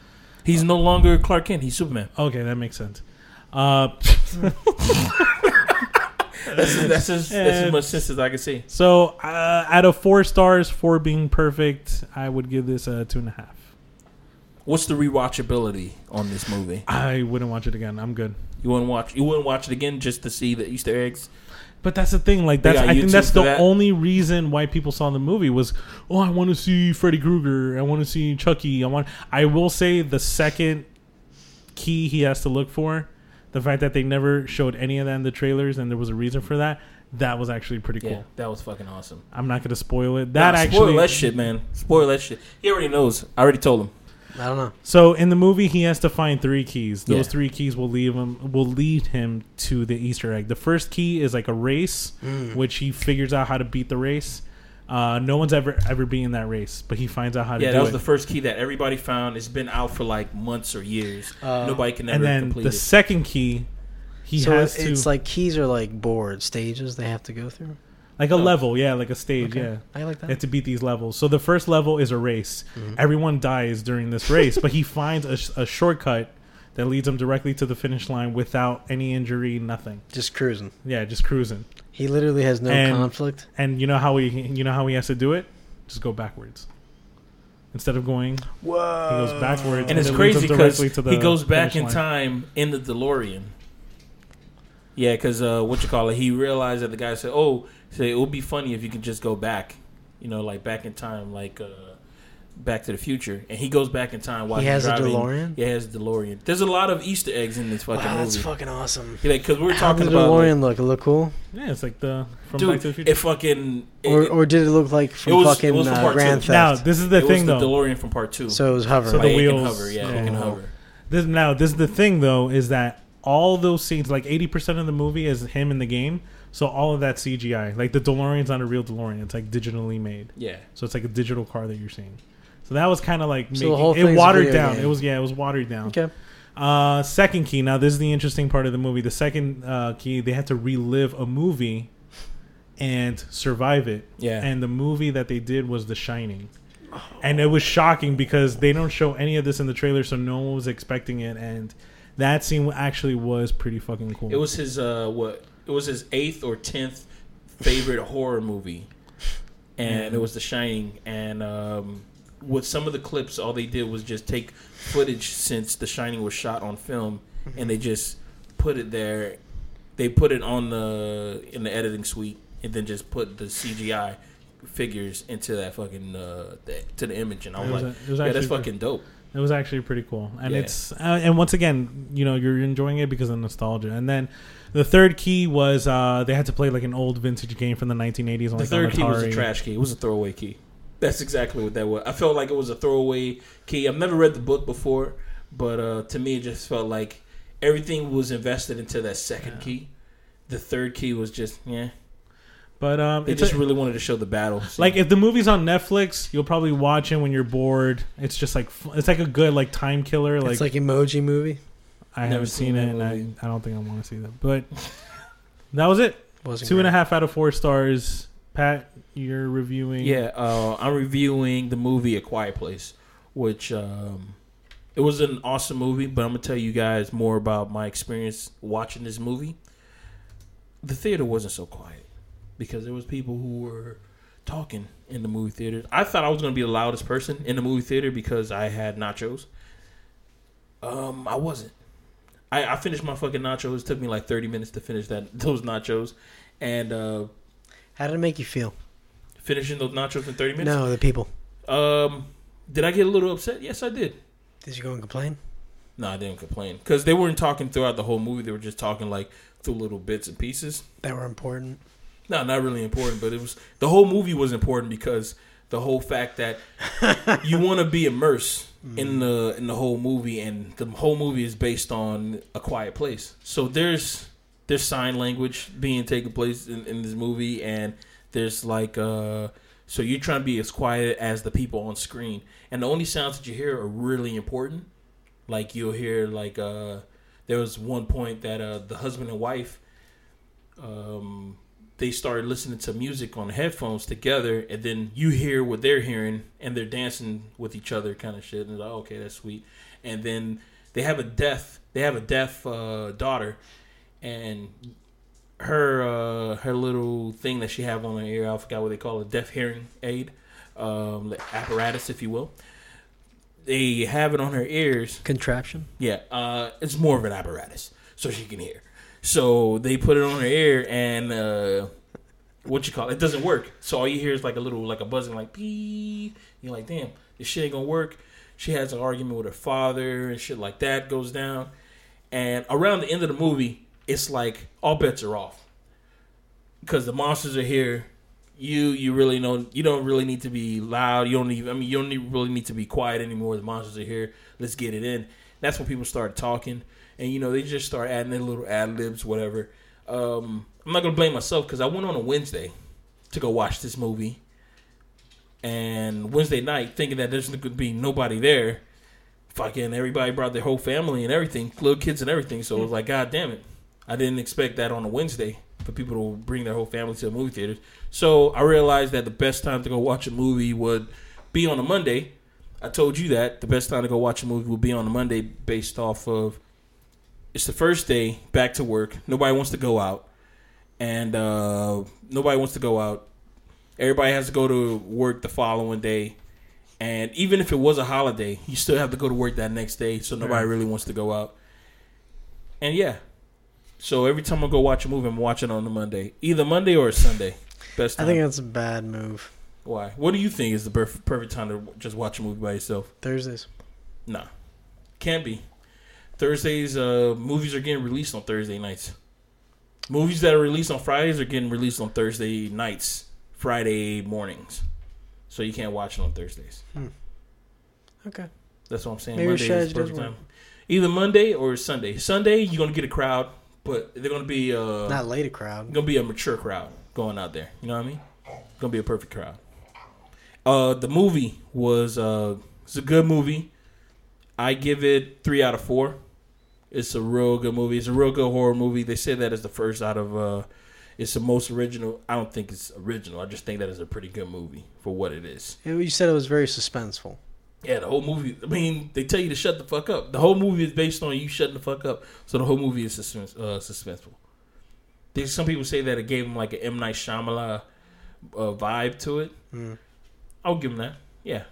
Speaker 1: He's no longer Clark Kent. He's Superman.
Speaker 3: Okay, that makes sense. Uh,
Speaker 1: That's as, that's as, that's
Speaker 3: Yeah.
Speaker 1: as much sense as I can see.
Speaker 3: so, uh, out of four stars, four being perfect, I would give this a two and a half.
Speaker 1: What's the rewatchability on this movie?
Speaker 3: I wouldn't watch it again. I'm good.
Speaker 1: You wouldn't watch. You wouldn't watch it again just to see the Easter eggs.
Speaker 3: But that's the thing. Like
Speaker 1: They
Speaker 3: that's.
Speaker 1: got
Speaker 3: I think
Speaker 1: YouTube
Speaker 3: that's
Speaker 1: for
Speaker 3: the
Speaker 1: that?
Speaker 3: only reason why people saw the movie was, oh, I want to see Freddy Krueger. I want to see Chucky. I want. I will say the second key he has to look for, the fact that they never showed any of that in the trailers, and there was a reason for that. That was actually pretty cool.
Speaker 1: Yeah, that was fucking awesome.
Speaker 3: I'm not gonna spoil it. That
Speaker 1: Nah,
Speaker 3: actually.
Speaker 1: spoil that shit, man. Spoil that shit. He already knows. I already told him.
Speaker 2: I don't know.
Speaker 3: So in the movie, he has to find three keys. Those
Speaker 1: Yeah.
Speaker 3: three keys will leave him will lead him to the Easter egg. The first key is like a race, which he figures out how to beat the race. Uh, no one's ever ever beaten that race, but he finds out how to
Speaker 1: Yeah,
Speaker 3: do
Speaker 1: that was
Speaker 3: it.
Speaker 1: the first key that everybody found. It's been out for like months or years.
Speaker 2: Uh,
Speaker 1: Nobody can ever
Speaker 3: and then
Speaker 1: complete
Speaker 3: the
Speaker 1: it.
Speaker 3: second key, he
Speaker 2: so
Speaker 3: has
Speaker 2: it's
Speaker 3: to like,
Speaker 2: like keys are like board stages they have to go through.
Speaker 3: a
Speaker 1: Oh.
Speaker 3: level, yeah, like a stage,
Speaker 2: Okay.
Speaker 3: yeah.
Speaker 2: I like that.
Speaker 3: They have to beat these levels. So the first level is a race. Everyone dies during this race, but he finds a, sh- a shortcut that leads him directly to the finish line without any injury, nothing.
Speaker 2: Just cruising.
Speaker 3: Yeah, just cruising.
Speaker 2: He literally has no
Speaker 3: And-
Speaker 2: conflict.
Speaker 3: And you know how he you know how he has to do it? Just go backwards. Instead of going,
Speaker 2: Whoa.
Speaker 3: he goes backwards.
Speaker 1: and it's
Speaker 3: it leads
Speaker 1: crazy
Speaker 3: him
Speaker 1: because
Speaker 3: directly to the
Speaker 1: he goes back
Speaker 3: finish
Speaker 1: in
Speaker 3: line.
Speaker 1: time in the DeLorean. Yeah, because uh, what you call it, he realized that the guy said, "Oh, say it would be funny if you could just go back, you know, like back in time, like uh, Back to the Future." And he goes back in time while
Speaker 2: He
Speaker 1: he's
Speaker 2: has a
Speaker 1: driving.
Speaker 2: DeLorean?
Speaker 1: Yeah, he has a DeLorean. There's a lot of Easter eggs in this fucking
Speaker 2: Wow, that's
Speaker 1: movie.
Speaker 2: fucking awesome.
Speaker 1: Yeah, like, because we were
Speaker 2: How
Speaker 1: talking
Speaker 2: did
Speaker 1: about, like,
Speaker 2: DeLorean look? It look cool,
Speaker 3: Yeah, it's like the from Back to the
Speaker 1: dude,
Speaker 3: Future.
Speaker 1: it fucking it,
Speaker 2: or or did it look like from
Speaker 1: It was- it
Speaker 2: fucking
Speaker 1: was from
Speaker 2: uh,
Speaker 1: Part
Speaker 2: Grand
Speaker 1: Two.
Speaker 3: now
Speaker 2: Theft?
Speaker 3: this is the
Speaker 1: it
Speaker 3: thing
Speaker 1: was the
Speaker 3: though.
Speaker 1: DeLorean from Part Two.
Speaker 2: so it was hovering.
Speaker 3: So
Speaker 1: Like,
Speaker 3: the
Speaker 1: it can
Speaker 3: wheels- Oh.
Speaker 1: hover, yeah,
Speaker 3: yeah.
Speaker 1: it can
Speaker 2: Cool.
Speaker 1: hover.
Speaker 3: This, now this is the thing though is that all those scenes, like eighty percent of the movie, is him in the game. So all of that CGI, like the DeLorean's not a real DeLorean. It's like digitally made.
Speaker 1: Yeah,
Speaker 3: So it's like a digital car that you're seeing. So that was kind of like
Speaker 2: So the
Speaker 3: making,
Speaker 2: whole thing's
Speaker 3: it
Speaker 2: a
Speaker 3: watered
Speaker 2: video
Speaker 3: down.
Speaker 2: game.
Speaker 3: It was yeah, it was watered down.
Speaker 2: okay.
Speaker 3: Uh, second key. Now this is the interesting part of the movie. The second uh, key, they had to relive a movie and survive it.
Speaker 1: Yeah.
Speaker 3: And the movie that they did was The Shining. And it was shocking because they don't show any of this in the trailer, so no one was expecting it. And that scene actually was pretty fucking cool.
Speaker 1: It was his uh what it was his eighth or tenth favorite horror movie. And it was The Shining and um with some of the clips all they did was just take footage since The Shining was shot on film and they just put it there they put it on the in the editing suite and then just put the CGI figures into that fucking uh the, to the image and I was, like
Speaker 3: It was a- it was
Speaker 1: yeah that's
Speaker 3: actually-
Speaker 1: fucking dope
Speaker 3: It was actually pretty cool, and
Speaker 1: Yeah.
Speaker 3: it's uh, and once again, you know, you're enjoying it because of nostalgia. And then the third key was uh, they had to play like an old vintage game from the 1980s. on,
Speaker 1: The
Speaker 3: like,
Speaker 1: third
Speaker 3: on
Speaker 1: key was a
Speaker 3: Atari.
Speaker 1: trash key. It was a throwaway key. That's exactly what that was. I felt like it was a throwaway key. I've never read the book before, but uh, to me, it just felt like everything was invested into that second key. The third key was just yeah.
Speaker 3: But um,
Speaker 1: They
Speaker 3: it's
Speaker 1: just
Speaker 3: a-
Speaker 1: really wanted to show the battle. scene.
Speaker 3: like if the movie's on Netflix, you'll probably watch it when you're bored. It's just like f- it's like a good like time killer. Like,
Speaker 2: it's like emoji movie.
Speaker 3: I
Speaker 1: Never
Speaker 3: haven't seen
Speaker 1: seen
Speaker 3: it,
Speaker 1: that
Speaker 3: and I,
Speaker 1: movie.
Speaker 3: I don't think I want to see that. But that was it.
Speaker 2: Wasn't
Speaker 3: Two and a
Speaker 2: great.
Speaker 3: half out of four stars. Pat, you're reviewing.
Speaker 1: Yeah, uh, I'm reviewing the movie A Quiet Place, which um, it was an awesome movie. But I'm gonna tell you guys more about my experience watching this movie. The theater wasn't so quiet because there was people who were talking in the movie theater. I thought I was gonna be the loudest person in the movie theater because I had nachos. Um, I wasn't. I, I finished my fucking nachos. It took me like 30 minutes to finish that those nachos, and uh,
Speaker 2: How did it make you feel?
Speaker 1: finishing those nachos in 30 minutes.
Speaker 2: No, the people.
Speaker 1: Um, did I get a little upset? Yes, I did.
Speaker 2: Did you go and complain?
Speaker 1: No, I didn't complain because they weren't talking throughout the whole movie. They were just talking like through little bits and pieces.
Speaker 2: That were important.
Speaker 1: No, not really important, but it was the whole movie was important because the whole fact that you want to be immersed in the in the whole movie, and the whole movie is based on a quiet place. So there's there's sign language being taken place in, in this movie, and there's like uh, so you're trying to be as quiet as the people on screen, and the only sounds that you hear are really important. Like you'll hear like uh, there was one point that uh, the husband and wife. Um, they started listening to music on headphones together, and then you hear what they're hearing, and they're dancing with each other, kind of shit. And it's like, oh, okay, that's sweet. And then they have a deaf, they have a deaf uh, daughter, and her uh, her little thing that she have on her ear, I forgot what they call it, deaf hearing aid, um, apparatus, if you will. They have it on her ears,
Speaker 2: Contraption.
Speaker 1: yeah, uh, it's more of an apparatus, so she can hear. So they put it on her ear, and uh, what you call it? it doesn't work. So all you hear is like a little, like a buzzing, like pee. You're like, damn, this shit ain't gonna work. She has an argument with her father and shit like that goes down. And around the end of the movie, it's like all bets are off because the monsters are here. You you really don't you don't really need to be loud. You don't even I mean you don't need, really need to be quiet anymore. The monsters are here. Let's get it in. That's when people start talking, and you know they just start adding their little ad libs, whatever. Um, I'm not gonna blame myself because I went on a Wednesday to go watch this movie, and Wednesday night thinking that there's gonna be nobody there. Fucking everybody brought their whole family and everything, little kids and everything. So it was like, God damn it. I didn't expect that on a Wednesday for people to bring their whole family to the movie theaters. So I realized that the best time to go watch a movie would be on a Monday. I told you that the best time to go watch a movie would be on a Monday based off of It's the first day back to work. Nobody wants to go out, and uh, nobody wants to go out. Everybody has to go to work the following day, and even if it was a holiday, you still have to go to work that next day. So nobody
Speaker 3: Right.
Speaker 1: really wants to go out. And yeah, so every time I go watch a movie, I'm watching on a Monday, either Monday or a Sunday. Best
Speaker 2: I
Speaker 1: time.
Speaker 2: think that's a bad move.
Speaker 1: Why? What do you think is the perf- perfect time to just watch a movie by yourself?
Speaker 2: Thursdays.
Speaker 1: Nah, can't be. Thursdays, uh, movies are getting released on Thursday nights. Movies that are released on Fridays are getting released on Thursday nights, Friday mornings. So you can't watch it on Thursdays.
Speaker 2: Hmm. Okay.
Speaker 1: That's what I'm saying.
Speaker 2: Maybe
Speaker 1: Monday is
Speaker 2: strategy
Speaker 1: the perfect
Speaker 2: does
Speaker 1: time.
Speaker 2: work.
Speaker 1: Either Monday or Sunday. Sunday, you're gonna get a crowd, but they're gonna be uh,
Speaker 2: Not late a crowd.
Speaker 1: gonna be a mature crowd going out there. You know what I mean? Gonna be a perfect crowd. Uh, the movie was uh, it's a good movie. I give it three out of four. It's a real good movie. It's a real good horror movie. They say that is the first out of. Uh, it's the most original. I don't think it's original. I just think that is a pretty good movie for what it is.
Speaker 2: It- You said it was very suspenseful.
Speaker 1: Yeah, the whole movie. I mean, they tell you to shut the fuck up. The whole movie is based on you shutting the fuck up. So the whole movie is suspense, uh, suspenseful. There's some people say that it gave him like an M Night Shyamalan uh, vibe to it.
Speaker 2: Mm.
Speaker 1: I'll give him that. Yeah,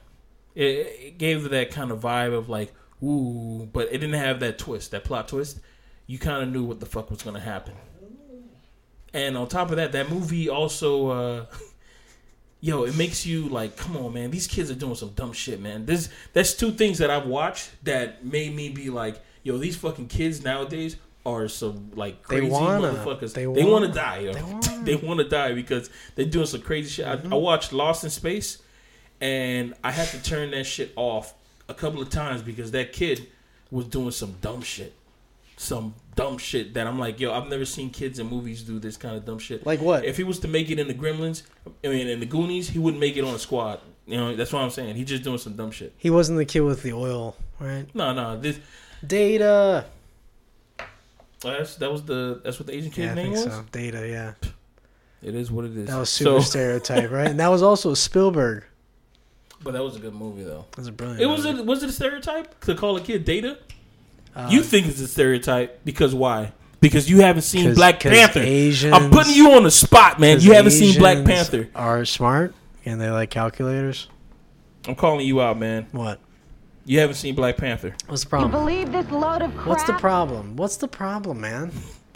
Speaker 1: it, it gave that kind of vibe of like ooh, but it didn't have that twist, that plot twist. You kind of knew what the fuck was gonna happen. And on top of that, that movie also. Uh, yo, it makes you like, come on, man. These kids are doing some dumb shit, man. This that's two things that I've watched that made me be like, yo, these fucking kids nowadays are some like
Speaker 2: They
Speaker 1: crazy
Speaker 2: wanna.
Speaker 1: motherfuckers.
Speaker 2: They
Speaker 1: They, want
Speaker 2: wanna.
Speaker 1: to die, yo.
Speaker 2: They wanna. Mm-hmm.
Speaker 1: They want to die because they're doing some crazy shit. I, I watched Lost in Space, and I had to turn that shit off a couple of times because that kid was doing some dumb shit. Some dumb shit that I'm like, yo, I've never seen kids in movies do this kind of dumb shit.
Speaker 2: Like what?
Speaker 1: If he was to make it in the Gremlins, I mean, in the Goonies, he wouldn't make it on a squad. You know, that's what I'm saying. He's just doing some dumb shit.
Speaker 2: He wasn't the kid with the oil, right?
Speaker 1: No, no, this
Speaker 2: Data.
Speaker 1: that's, that was the that's what the Asian kid's
Speaker 2: Yeah, I
Speaker 1: name
Speaker 2: think
Speaker 1: was.
Speaker 2: so. Data, yeah.
Speaker 1: It is what it is.
Speaker 2: That was
Speaker 1: So-
Speaker 2: super stereotype, right? And that was also Spielberg.
Speaker 1: but that was a good movie though.
Speaker 2: That was a brilliant.
Speaker 1: It was
Speaker 2: movie.
Speaker 1: a, was it a stereotype to call a kid data?
Speaker 2: Uh,
Speaker 1: you think it's a stereotype because why? Because you haven't seen
Speaker 2: 'cause-
Speaker 1: Black
Speaker 2: 'cause
Speaker 1: Panther.
Speaker 2: Asians,
Speaker 1: I'm putting you on the spot, man.
Speaker 2: 'cause
Speaker 1: You haven't seen Black
Speaker 2: Asians
Speaker 1: Panther.
Speaker 2: Are smart and they like calculators.
Speaker 1: I'm calling you out, man.
Speaker 2: What?
Speaker 1: You haven't seen Black Panther.
Speaker 2: What's the
Speaker 5: You
Speaker 2: problem?
Speaker 5: believe this load of crap?
Speaker 2: What's the problem? What's the problem, man?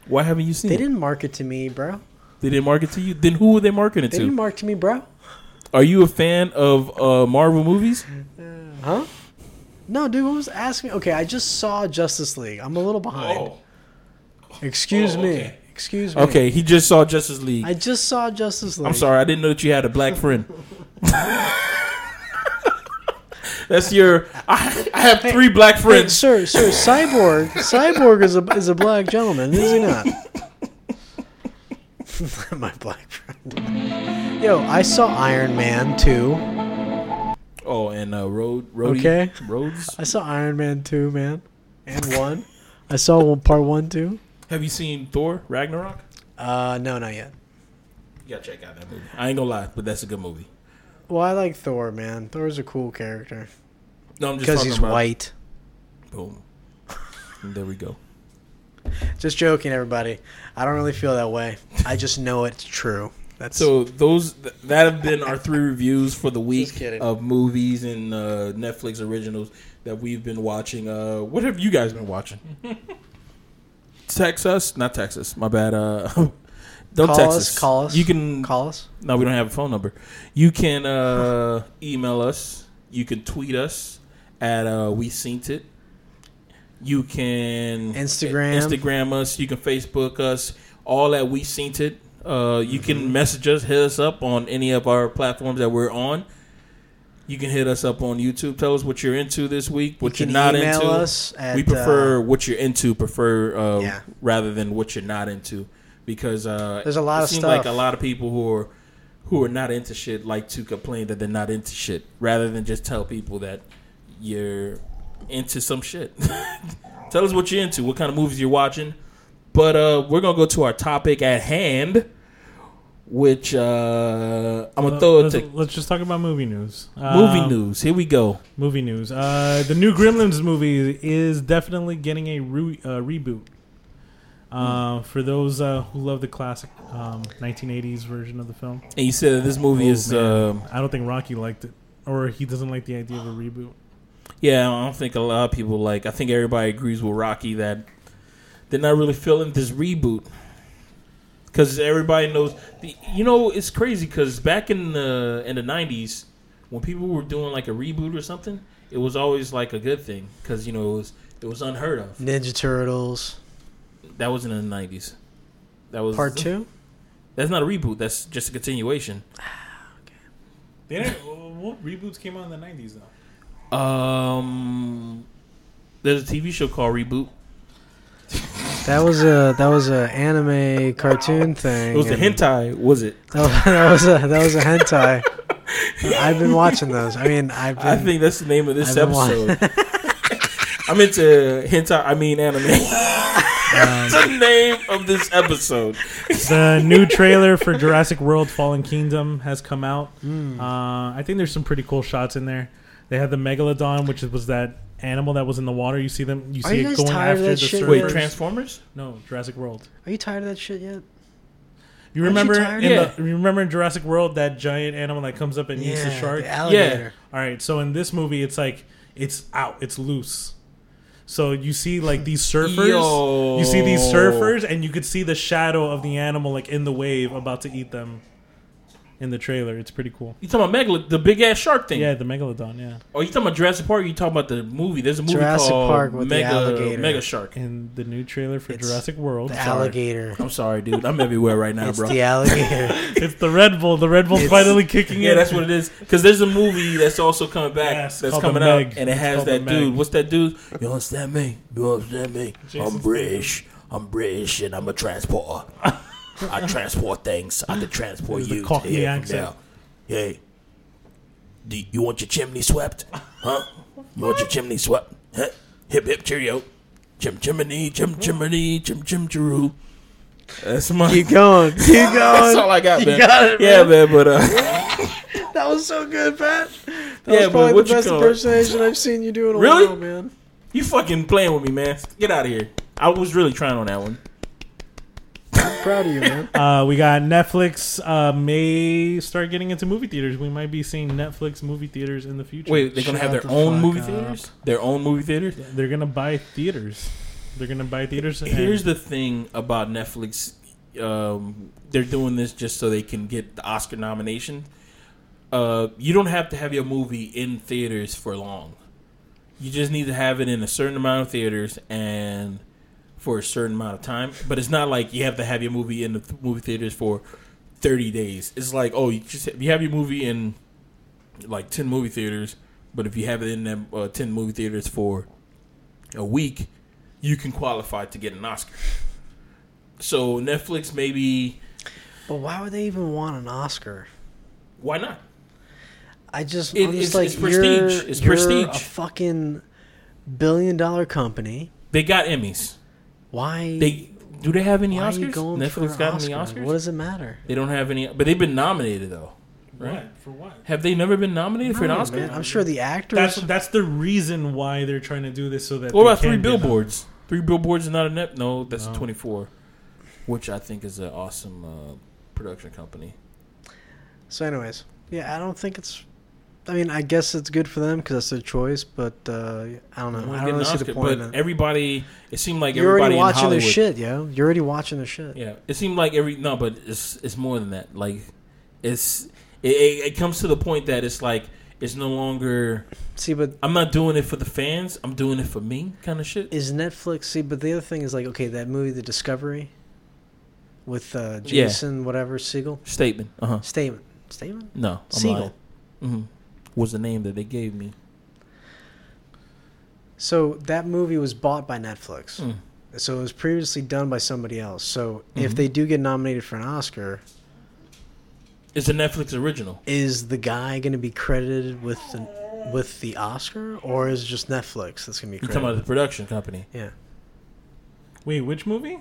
Speaker 1: Why haven't you seen
Speaker 2: They
Speaker 1: it?
Speaker 2: didn't market to me, bro.
Speaker 1: They didn't market to you. Then who were they marketing
Speaker 2: They
Speaker 1: to?
Speaker 2: didn't market to me, bro.
Speaker 1: Are you a fan of uh, Marvel movies?
Speaker 2: Huh? No, dude. What was asking? Okay, I just saw Justice League. I'm a little behind. Excuse
Speaker 1: Oh,
Speaker 2: me.
Speaker 1: okay.
Speaker 2: Excuse me.
Speaker 1: Okay, he just saw Justice League.
Speaker 2: I just saw Justice League.
Speaker 1: I'm sorry, I didn't know that you had a black friend. That's your. I, I have three black
Speaker 2: Hey,
Speaker 1: friends.
Speaker 2: sir, sir, Cyborg, Cyborg is a is a black gentleman, is he not? My black friend. Yo, I saw Iron Man two.
Speaker 1: Oh, and uh, Road, Road,
Speaker 2: Okay.
Speaker 1: Roads.
Speaker 2: I saw Iron Man two, man, and one. I saw one part one too.
Speaker 1: Have you seen Thor Ragnarok?
Speaker 2: Uh, no, not yet.
Speaker 1: You gotta check out that movie. I ain't gonna lie, but that's a good movie.
Speaker 2: Well, I like Thor, man. Thor's a cool character
Speaker 1: No, I'm just
Speaker 2: because
Speaker 1: talking
Speaker 2: he's
Speaker 1: about-
Speaker 2: white.
Speaker 1: Boom. And there we go.
Speaker 2: Just joking, everybody. I don't really feel that way. I just know it's true. That's
Speaker 1: So those th- that have been our three reviews for the
Speaker 2: Just
Speaker 1: week
Speaker 2: kidding.
Speaker 1: of movies and uh, Netflix originals that we've been watching. Uh, what have you guys been watching? text us, not text us. My bad. Uh, don't
Speaker 2: call
Speaker 1: text
Speaker 2: us, call us.
Speaker 1: You can
Speaker 2: call us.
Speaker 1: no, we don't have a phone number. You can uh, email us. You can tweet us at uh, we seen it. You can
Speaker 2: Instagram.
Speaker 1: Instagram us. You can Facebook us. All that we seen it. Uh, you
Speaker 2: Mm-hmm.
Speaker 1: can message us, hit us up on any of our platforms that we're on. You can hit us up on YouTube. Tell us what you're into this week, what
Speaker 2: you
Speaker 1: you
Speaker 2: can
Speaker 1: are not
Speaker 2: email
Speaker 1: into.
Speaker 2: us at, uh,
Speaker 1: we prefer what you're into, prefer uh,
Speaker 2: Yeah.
Speaker 1: rather than what you're not into, because uh,
Speaker 2: There's a lot
Speaker 1: it
Speaker 2: of
Speaker 1: seems
Speaker 2: stuff.
Speaker 1: like a lot of people who are who are not into shit like to complain that they're not into shit, rather than just tell people that you're into some shit. tell us what you're into, what kind of movies you're watching. But uh, we're gonna go to our topic at hand, which uh, I'm gonna
Speaker 3: Uh,
Speaker 1: throw it
Speaker 3: let's,
Speaker 1: to
Speaker 3: let's just talk about movie news.
Speaker 1: movie
Speaker 3: Um,
Speaker 1: news. Here we go.
Speaker 3: Movie news. Uh, the new Gremlins movie is definitely getting a re- uh, reboot.
Speaker 1: Hmm.
Speaker 3: Uh, for those uh, who love the classic um, 1980s version of the film,
Speaker 1: And you said that this movie
Speaker 3: Oh,
Speaker 1: is,
Speaker 3: man.
Speaker 1: um
Speaker 3: I don't think Rocky liked it, or he doesn't like the idea of a reboot.
Speaker 1: yeah, I don't think a lot of people like. I think everybody agrees with Rocky that they're not really feeling this reboot because everybody knows. The, you know, it's crazy because back in the in the nineties, when people were doing like a reboot or something, it was always like a good thing because you know it was it was unheard of.
Speaker 2: Ninja Turtles
Speaker 1: That was in the nineties. That was
Speaker 2: Part Two.
Speaker 1: That's not a reboot. That's just a continuation.
Speaker 3: They didn't, what reboots came out in the 90s though?
Speaker 1: Um, there's a TV show called Reboot.
Speaker 2: That was a that was a anime cartoon thing.
Speaker 1: It was the
Speaker 2: and-
Speaker 1: hentai, was it?
Speaker 2: That was, that was a that was a hentai. I've been watching those. I mean, I've been.
Speaker 1: I think that's the name of this
Speaker 2: I've been wa-
Speaker 1: episode. I'm into hentai. I mean anime. that's
Speaker 2: Um,
Speaker 1: the name of this episode.
Speaker 3: the new trailer for Jurassic World: Fallen Kingdom has come out.
Speaker 2: Hmm.
Speaker 3: Uh, I think there's some pretty cool shots in there. They had the megalodon, which was that animal that was in the water. You see them. You
Speaker 2: Are
Speaker 3: see
Speaker 2: you
Speaker 3: it
Speaker 2: guys
Speaker 3: going
Speaker 2: tired of
Speaker 3: after
Speaker 2: that
Speaker 3: the
Speaker 2: shit,
Speaker 3: surfers.
Speaker 1: Wait,
Speaker 2: Wait,
Speaker 1: Transformers?
Speaker 3: no, Jurassic World.
Speaker 2: Are you tired of that shit yet?
Speaker 3: You
Speaker 2: Aren't you
Speaker 3: remember?
Speaker 2: tired
Speaker 3: in
Speaker 1: of
Speaker 3: the, you remember in Jurassic World that giant animal that comes up and eats the shark?
Speaker 2: the alligator.
Speaker 3: All right, so in this movie, it's like it's out, it's loose. So you see like these surfers,
Speaker 1: Yo.
Speaker 3: you see these surfers, and you could see the shadow of the animal like in the wave about to eat them. In the trailer, it's pretty cool.
Speaker 1: You talking about Megala, the big ass shark thing?
Speaker 3: Yeah, the megalodon. Yeah,
Speaker 1: Or you talking about Jurassic Park? Or you talking about the movie? There's a movie
Speaker 2: Jurassic
Speaker 1: called
Speaker 2: Park with the
Speaker 1: Mega
Speaker 2: alligator.
Speaker 1: Mega Shark.
Speaker 3: in the new trailer for
Speaker 2: It's
Speaker 3: Jurassic World,
Speaker 2: The alligator.
Speaker 1: I'm sorry, dude. I'm everywhere right now,
Speaker 2: It's
Speaker 1: bro.
Speaker 2: the alligator.
Speaker 3: it's the Red Bull. The Red Bull's
Speaker 2: It's-
Speaker 3: finally kicking
Speaker 1: Yeah,
Speaker 3: in.
Speaker 1: that's what it is. Because there's a movie that's also coming back
Speaker 3: Yeah, it's
Speaker 1: that's
Speaker 3: called The
Speaker 1: coming out,
Speaker 3: Meg.
Speaker 1: and it
Speaker 3: It's
Speaker 1: has
Speaker 3: called
Speaker 1: that
Speaker 3: The Meg.
Speaker 1: dude. What's that dude? You understand me? You understand me?
Speaker 3: Jason
Speaker 1: I'm British. I'm British, and I'm a transporter. I transport things. I can transport
Speaker 3: It was the
Speaker 1: you to
Speaker 3: Cockney
Speaker 1: here from
Speaker 3: accent.
Speaker 1: there. Hey, do you want your chimney swept? Huh? You want your chimney swept? Huh? Hip hip cheerio. Chim chimney, chim chimney, chim chim chiroo. That's my.
Speaker 2: Keep going. Keep
Speaker 1: that's
Speaker 2: going.
Speaker 1: all I got,
Speaker 2: You
Speaker 1: man.
Speaker 2: got it,
Speaker 1: yeah,
Speaker 2: man.
Speaker 1: man. But uh,
Speaker 2: That was so good, Pat. That
Speaker 1: Yeah,
Speaker 2: was
Speaker 1: but
Speaker 2: probably
Speaker 1: what
Speaker 2: the
Speaker 1: you
Speaker 2: best
Speaker 1: call it?
Speaker 2: impersonation I've seen you do in a
Speaker 1: Really?
Speaker 2: while, man.
Speaker 1: You fucking playing with me, man. Get out of here. I was really trying on that one.
Speaker 2: I'm proud of you, man.
Speaker 3: Uh, we got Netflix uh, may start getting into movie theaters. We might be seeing Netflix movie theaters in the future.
Speaker 1: Wait, they're gonna
Speaker 2: Shut
Speaker 1: have their
Speaker 2: the
Speaker 1: own
Speaker 2: fuck
Speaker 1: movie
Speaker 2: up.
Speaker 1: theaters? Their own movie theaters?
Speaker 3: they're gonna buy theaters. They're gonna buy theaters. and-
Speaker 1: Here's the thing about Netflix. Um, they're doing this just so they can get the Oscar nomination. Uh, you don't have to have your movie in theaters for long. You just need to have it in a certain amount of theaters and for a certain amount of time. But it's not like you have to have your movie in the th- movie theaters for 30 days. It's like, oh, you just you have your movie in like 10 movie theaters, but if you have it in them uh, 10 movie theaters for a week, you can qualify to get an Oscar. So Netflix maybe
Speaker 2: But why would they even want an Oscar?
Speaker 1: why not?
Speaker 2: I just,
Speaker 1: It-
Speaker 2: I'm just
Speaker 1: it's-
Speaker 2: like,
Speaker 1: it's prestige.
Speaker 2: You're,
Speaker 1: It's
Speaker 2: you're a
Speaker 1: prestige.
Speaker 2: fucking billion dollar company.
Speaker 1: They got Emmys.
Speaker 2: Why?
Speaker 1: They do they have any
Speaker 2: why are you
Speaker 1: Oscars?
Speaker 2: going for
Speaker 1: Netflix
Speaker 2: an
Speaker 1: got any
Speaker 2: Oscar?
Speaker 1: Oscars?
Speaker 2: What does it matter?
Speaker 1: they don't have any, but they've been nominated though. Right?
Speaker 3: What? for what?
Speaker 1: Have they never been nominated for an
Speaker 2: No,
Speaker 1: Oscar?
Speaker 2: man. I'm sure the actors.
Speaker 3: That's that's the reason why they're trying to do this so that.
Speaker 1: What
Speaker 3: they
Speaker 1: about
Speaker 3: can
Speaker 1: three
Speaker 3: get them.
Speaker 1: billboards? Three billboards is not a net. No, that's
Speaker 3: No.
Speaker 1: 24, which I think is an awesome uh, production company.
Speaker 2: So, anyways, yeah, I don't think it's. I mean, I guess it's good for them because that's their choice, but uh, I don't know.
Speaker 1: They wanna
Speaker 2: I
Speaker 1: get
Speaker 2: don't
Speaker 1: an
Speaker 2: really see
Speaker 1: Oscar,
Speaker 2: the point.
Speaker 1: but
Speaker 2: in it.
Speaker 1: everybody, it seemed like
Speaker 2: You're
Speaker 1: everybody
Speaker 2: already
Speaker 1: in
Speaker 2: watching their
Speaker 1: Hollywood
Speaker 2: shit, yo. You're already watching their shit.
Speaker 1: Yeah, it seemed like every no, but it's it's more than that. Like it's it, it, it comes to the point that it's like it's no longer.
Speaker 2: See, but
Speaker 1: I'm not doing it for the fans. I'm doing it for me, kind of shit.
Speaker 2: is Netflix? See, but the other thing is like, okay, that movie, The Discovery, with uh,
Speaker 1: Yeah.
Speaker 2: Jason whatever Siegel.
Speaker 1: Statement. Uh huh.
Speaker 2: Statement. Statement.
Speaker 1: No. I'm
Speaker 2: Siegel.
Speaker 1: hmm Was the name that they gave me.
Speaker 2: So that movie was bought by Netflix.
Speaker 1: Mm.
Speaker 2: So it was previously done by somebody else. So
Speaker 1: Mhm.
Speaker 2: if they do get nominated for an Oscar,
Speaker 1: It's a Netflix original.
Speaker 2: is the guy going to be credited with the, with the Oscar, or is it just Netflix that's going to be
Speaker 1: You talking about
Speaker 2: credited?
Speaker 1: the production company?
Speaker 2: Yeah,
Speaker 3: Wait, which movie?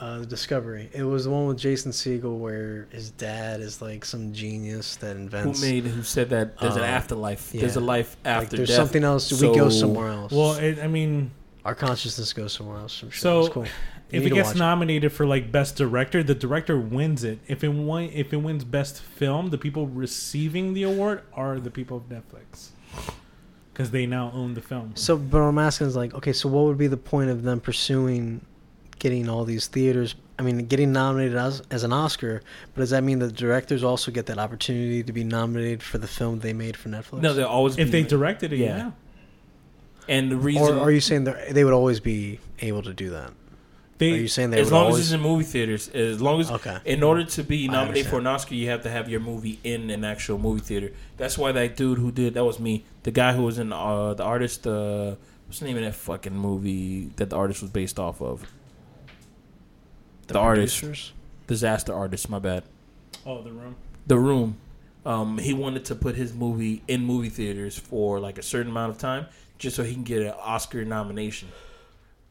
Speaker 2: uh, the Discovery. It was the one with Jason Siegel where his dad is like some genius that
Speaker 1: Who
Speaker 2: invents.
Speaker 1: made? Who said that? There's an
Speaker 2: Uh,
Speaker 1: afterlife. There's a
Speaker 2: yeah.
Speaker 1: life after
Speaker 2: like, there's
Speaker 1: death.
Speaker 2: something else. we
Speaker 1: So-
Speaker 2: go somewhere else.
Speaker 3: Well, it, I mean,
Speaker 2: our consciousness goes somewhere else. I'm sure.
Speaker 3: So-
Speaker 2: it's cool. You
Speaker 3: if
Speaker 2: need
Speaker 3: it
Speaker 2: to
Speaker 3: gets
Speaker 2: watch it.
Speaker 3: nominated for like best director, the director wins it. If it won, if it wins best film, the people receiving the award are the people of Netflix because they now own the film.
Speaker 2: So, but I'm asking is like, okay, so what would be the point of them pursuing getting all these theaters? I mean, getting nominated as, as an Oscar, but does that mean the directors also get that opportunity to be nominated for the film they made for Netflix?
Speaker 1: No, they'll always
Speaker 3: if
Speaker 1: be-
Speaker 3: they directed it,
Speaker 1: Yeah.
Speaker 3: yeah.
Speaker 1: and the
Speaker 2: or
Speaker 1: reason
Speaker 2: are you saying that they would always be able to do that?
Speaker 3: They,
Speaker 2: Are you saying they
Speaker 1: as
Speaker 2: would
Speaker 1: long
Speaker 2: always?
Speaker 1: as it's in movie theaters, as long as
Speaker 2: Okay.
Speaker 1: in order to be nominated
Speaker 2: understand.
Speaker 1: for an Oscar, you have to have your movie in an actual movie theater. That's why that dude who did that was me, the guy who was in uh, the artist. Uh, what's the name of that fucking movie that the artist was based off of? The, artist,
Speaker 2: producers?
Speaker 1: disaster artist. My bad.
Speaker 3: oh, the room.
Speaker 1: The Room. Um, he wanted to put his movie in movie theaters for like a certain amount of time, just so he can get an Oscar nomination.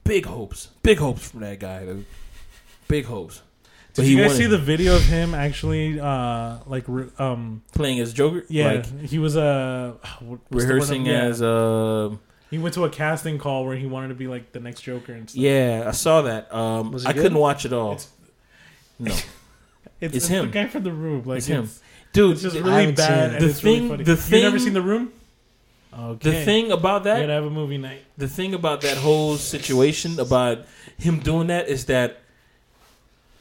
Speaker 1: Big hopes, big hopes from that guy. dude. Big hopes.
Speaker 3: Did you guys
Speaker 1: won
Speaker 3: see
Speaker 1: it.
Speaker 3: the video of him actually uh, like re- um
Speaker 1: playing as Joker?
Speaker 3: yeah
Speaker 1: like,
Speaker 3: he was uh what's the word I'm-
Speaker 1: rehearsing
Speaker 3: yeah.
Speaker 1: as uh,
Speaker 3: he went to a casting call where he wanted to be like the next Joker and stuff.
Speaker 1: yeah. I saw that. Um,
Speaker 2: Was it
Speaker 1: I
Speaker 2: good?
Speaker 1: couldn't watch it all.
Speaker 3: It's-
Speaker 1: no,
Speaker 3: It's,
Speaker 1: It's
Speaker 3: it's
Speaker 1: him.
Speaker 3: the guy from the room. Like
Speaker 1: It's him.
Speaker 3: It's,
Speaker 1: dude.
Speaker 3: it's just
Speaker 1: the,
Speaker 3: really
Speaker 2: haven't
Speaker 3: bad.
Speaker 2: seen it.
Speaker 3: And
Speaker 1: The
Speaker 3: it's
Speaker 1: thing-
Speaker 3: really funny.
Speaker 1: the
Speaker 3: you never
Speaker 1: thing-
Speaker 3: seen the room? Okay.
Speaker 1: the thing about
Speaker 3: We're
Speaker 1: that,
Speaker 3: gonna have a movie night.
Speaker 1: the thing about that whole situation about him doing that is that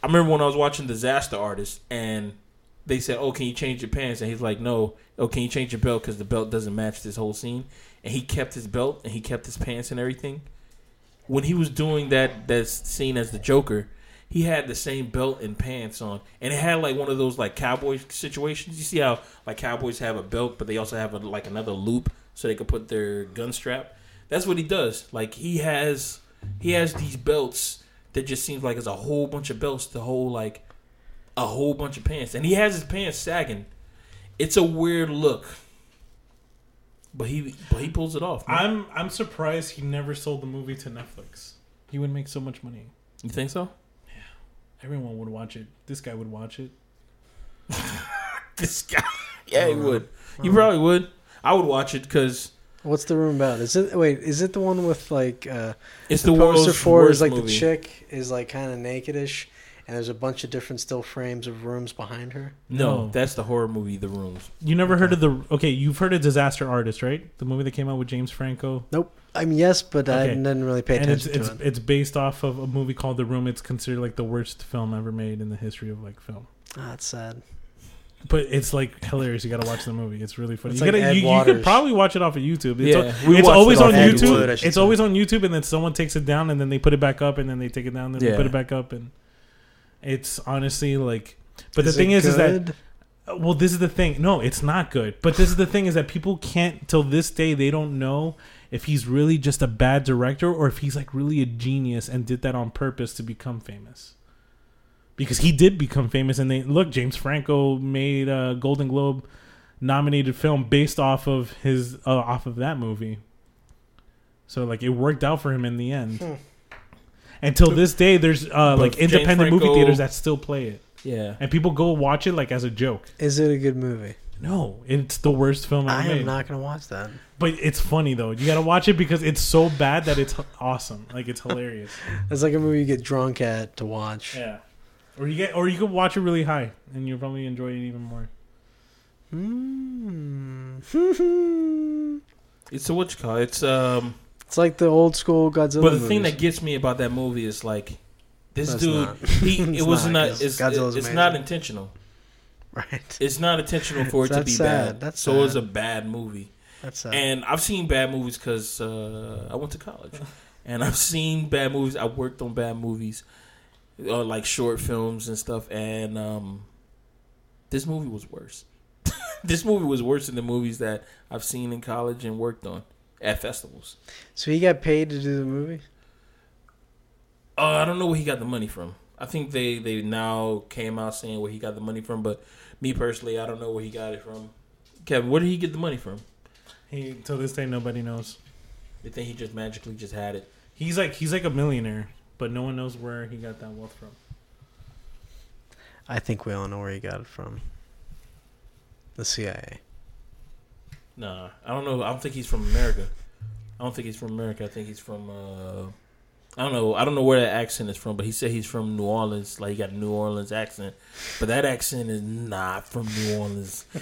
Speaker 1: I remember when I was watching Disaster Artist and they said, "Oh, can you change your pants?" and he's like, "No." Oh, can you change your belt because the belt doesn't match this whole scene? And he kept his belt and he kept his pants and everything. When he was doing that that scene as the Joker, he had the same belt and pants on, and it had like one of those like cowboy situations. You see how like cowboys have a belt, but they also have a, like another loop so they could put their gun strap. That's what he does. Like he has he has these belts that just seems like it's a whole bunch of belts, the whole like a whole bunch of pants, and he has his pants sagging. It's a weird look, but he but he pulls it off. Man.
Speaker 3: I'm I'm surprised he never sold the movie to Netflix. He would make so much money.
Speaker 1: You think so?
Speaker 3: Everyone would watch it. This guy would watch it.
Speaker 1: This guy, yeah, he would. You probably would. I would watch it because
Speaker 2: What's the room about? Is it wait? Is it the one with like uh,
Speaker 1: it's the,
Speaker 2: the, poster
Speaker 1: world's
Speaker 2: for it
Speaker 1: worst
Speaker 2: is like
Speaker 1: movie.
Speaker 2: the chick is like kind of nakedish, and there's a bunch of different still frames of rooms behind her.
Speaker 1: No,
Speaker 3: No.
Speaker 1: that's the horror movie, The Rooms.
Speaker 3: You never heard of the okay? You've heard of Disaster Artist, right? The movie that came out with James Franco.
Speaker 2: Nope. I mean, yes, but I
Speaker 3: Okay.
Speaker 2: didn't really pay
Speaker 3: and it's
Speaker 2: attention
Speaker 3: it's,
Speaker 2: to it.
Speaker 3: it's based off of a movie called The Room. It's considered like the worst film ever made in the history of like film.
Speaker 2: Ah, it's sad.
Speaker 3: But it's like hilarious. You got to watch the movie. It's really funny.
Speaker 2: It's
Speaker 3: you,
Speaker 2: like Ed
Speaker 3: gotta, you, you could
Speaker 2: Waters.
Speaker 3: probably watch it off of YouTube. It's,
Speaker 1: Yeah,
Speaker 3: al-
Speaker 1: we
Speaker 3: it's
Speaker 1: watched it
Speaker 3: always
Speaker 1: off
Speaker 3: on
Speaker 1: Ed
Speaker 3: YouTube.
Speaker 2: Wood, I should
Speaker 3: it's
Speaker 2: say.
Speaker 3: always on YouTube, and then someone takes it down, and then they put it back up, and then they take it down, and then
Speaker 1: Yeah.
Speaker 3: they put it back up, and it's honestly like. But the
Speaker 2: it
Speaker 3: thing is, is that
Speaker 2: good?
Speaker 3: well, this is the thing. No, it's not good. But this is the thing is that people can't till this day they don't know if he's really just a bad director or if he's like really a genius and did that on purpose to become famous. Because he did become famous, and they look James Franco made a Golden Globe nominated film based off of his uh, off of that movie. So like it worked out for him in the end.
Speaker 2: Hmm.
Speaker 3: Until this day, there's uh,
Speaker 1: But
Speaker 3: like
Speaker 1: James
Speaker 3: independent movie
Speaker 1: Franco-
Speaker 3: theaters that still play it,
Speaker 1: Yeah,
Speaker 3: and people go watch it like as a joke.
Speaker 2: Is it a good movie?
Speaker 3: No, it's the worst film
Speaker 2: I
Speaker 3: ever
Speaker 2: am
Speaker 3: made.
Speaker 2: not gonna watch that.
Speaker 3: But it's funny though. You gotta watch it because it's so bad that it's h- awesome. Like it's hilarious.
Speaker 2: It's like a movie you get drunk at to watch.
Speaker 3: Yeah. Or you get, or you can watch it really high, and you'll probably enjoy it even more.
Speaker 2: Hmm. Mm.
Speaker 1: it's a what you call it. it's um.
Speaker 2: it's like the old school Godzilla.
Speaker 1: But the thing
Speaker 2: movies.
Speaker 1: that gets me about that movie is like this
Speaker 2: That's
Speaker 1: dude.
Speaker 2: not-
Speaker 1: He it
Speaker 2: It's
Speaker 1: was
Speaker 2: not,
Speaker 1: not.
Speaker 2: 'cause
Speaker 1: It's,
Speaker 2: Godzilla's
Speaker 1: it's
Speaker 2: amazing.
Speaker 1: not intentional.
Speaker 2: right?
Speaker 1: It's not intentional for it to
Speaker 2: That's
Speaker 1: be
Speaker 2: sad.
Speaker 1: bad.
Speaker 2: That's
Speaker 1: so it was a
Speaker 2: sad.
Speaker 1: bad movie.
Speaker 2: That's sad.
Speaker 1: And I've seen bad movies because uh, I went to college, and I've seen bad movies. I worked on bad movies, uh, like short films and stuff. And um, this movie was worse. this movie was worse than the movies that I've seen in college and worked on at festivals.
Speaker 2: so he got paid to do the movie.
Speaker 1: Uh, I don't know where he got the money from. I think they, they now came out saying where he got the money from, but me personally, I don't know where he got it from. Kevin, where did he get the money from?
Speaker 3: He till this day nobody knows.
Speaker 1: They think he just magically just had it.
Speaker 3: He's like he's like a millionaire, but no one knows where he got that wealth from.
Speaker 2: I think we all know where he got it from. The CIA.
Speaker 1: Nah, I don't know. I don't think he's from America. I don't think he's from America. I think he's from uh, I don't know. I don't know where that accent is from, but he said he's from New Orleans. Like he got a New Orleans accent, but that accent is not from New Orleans.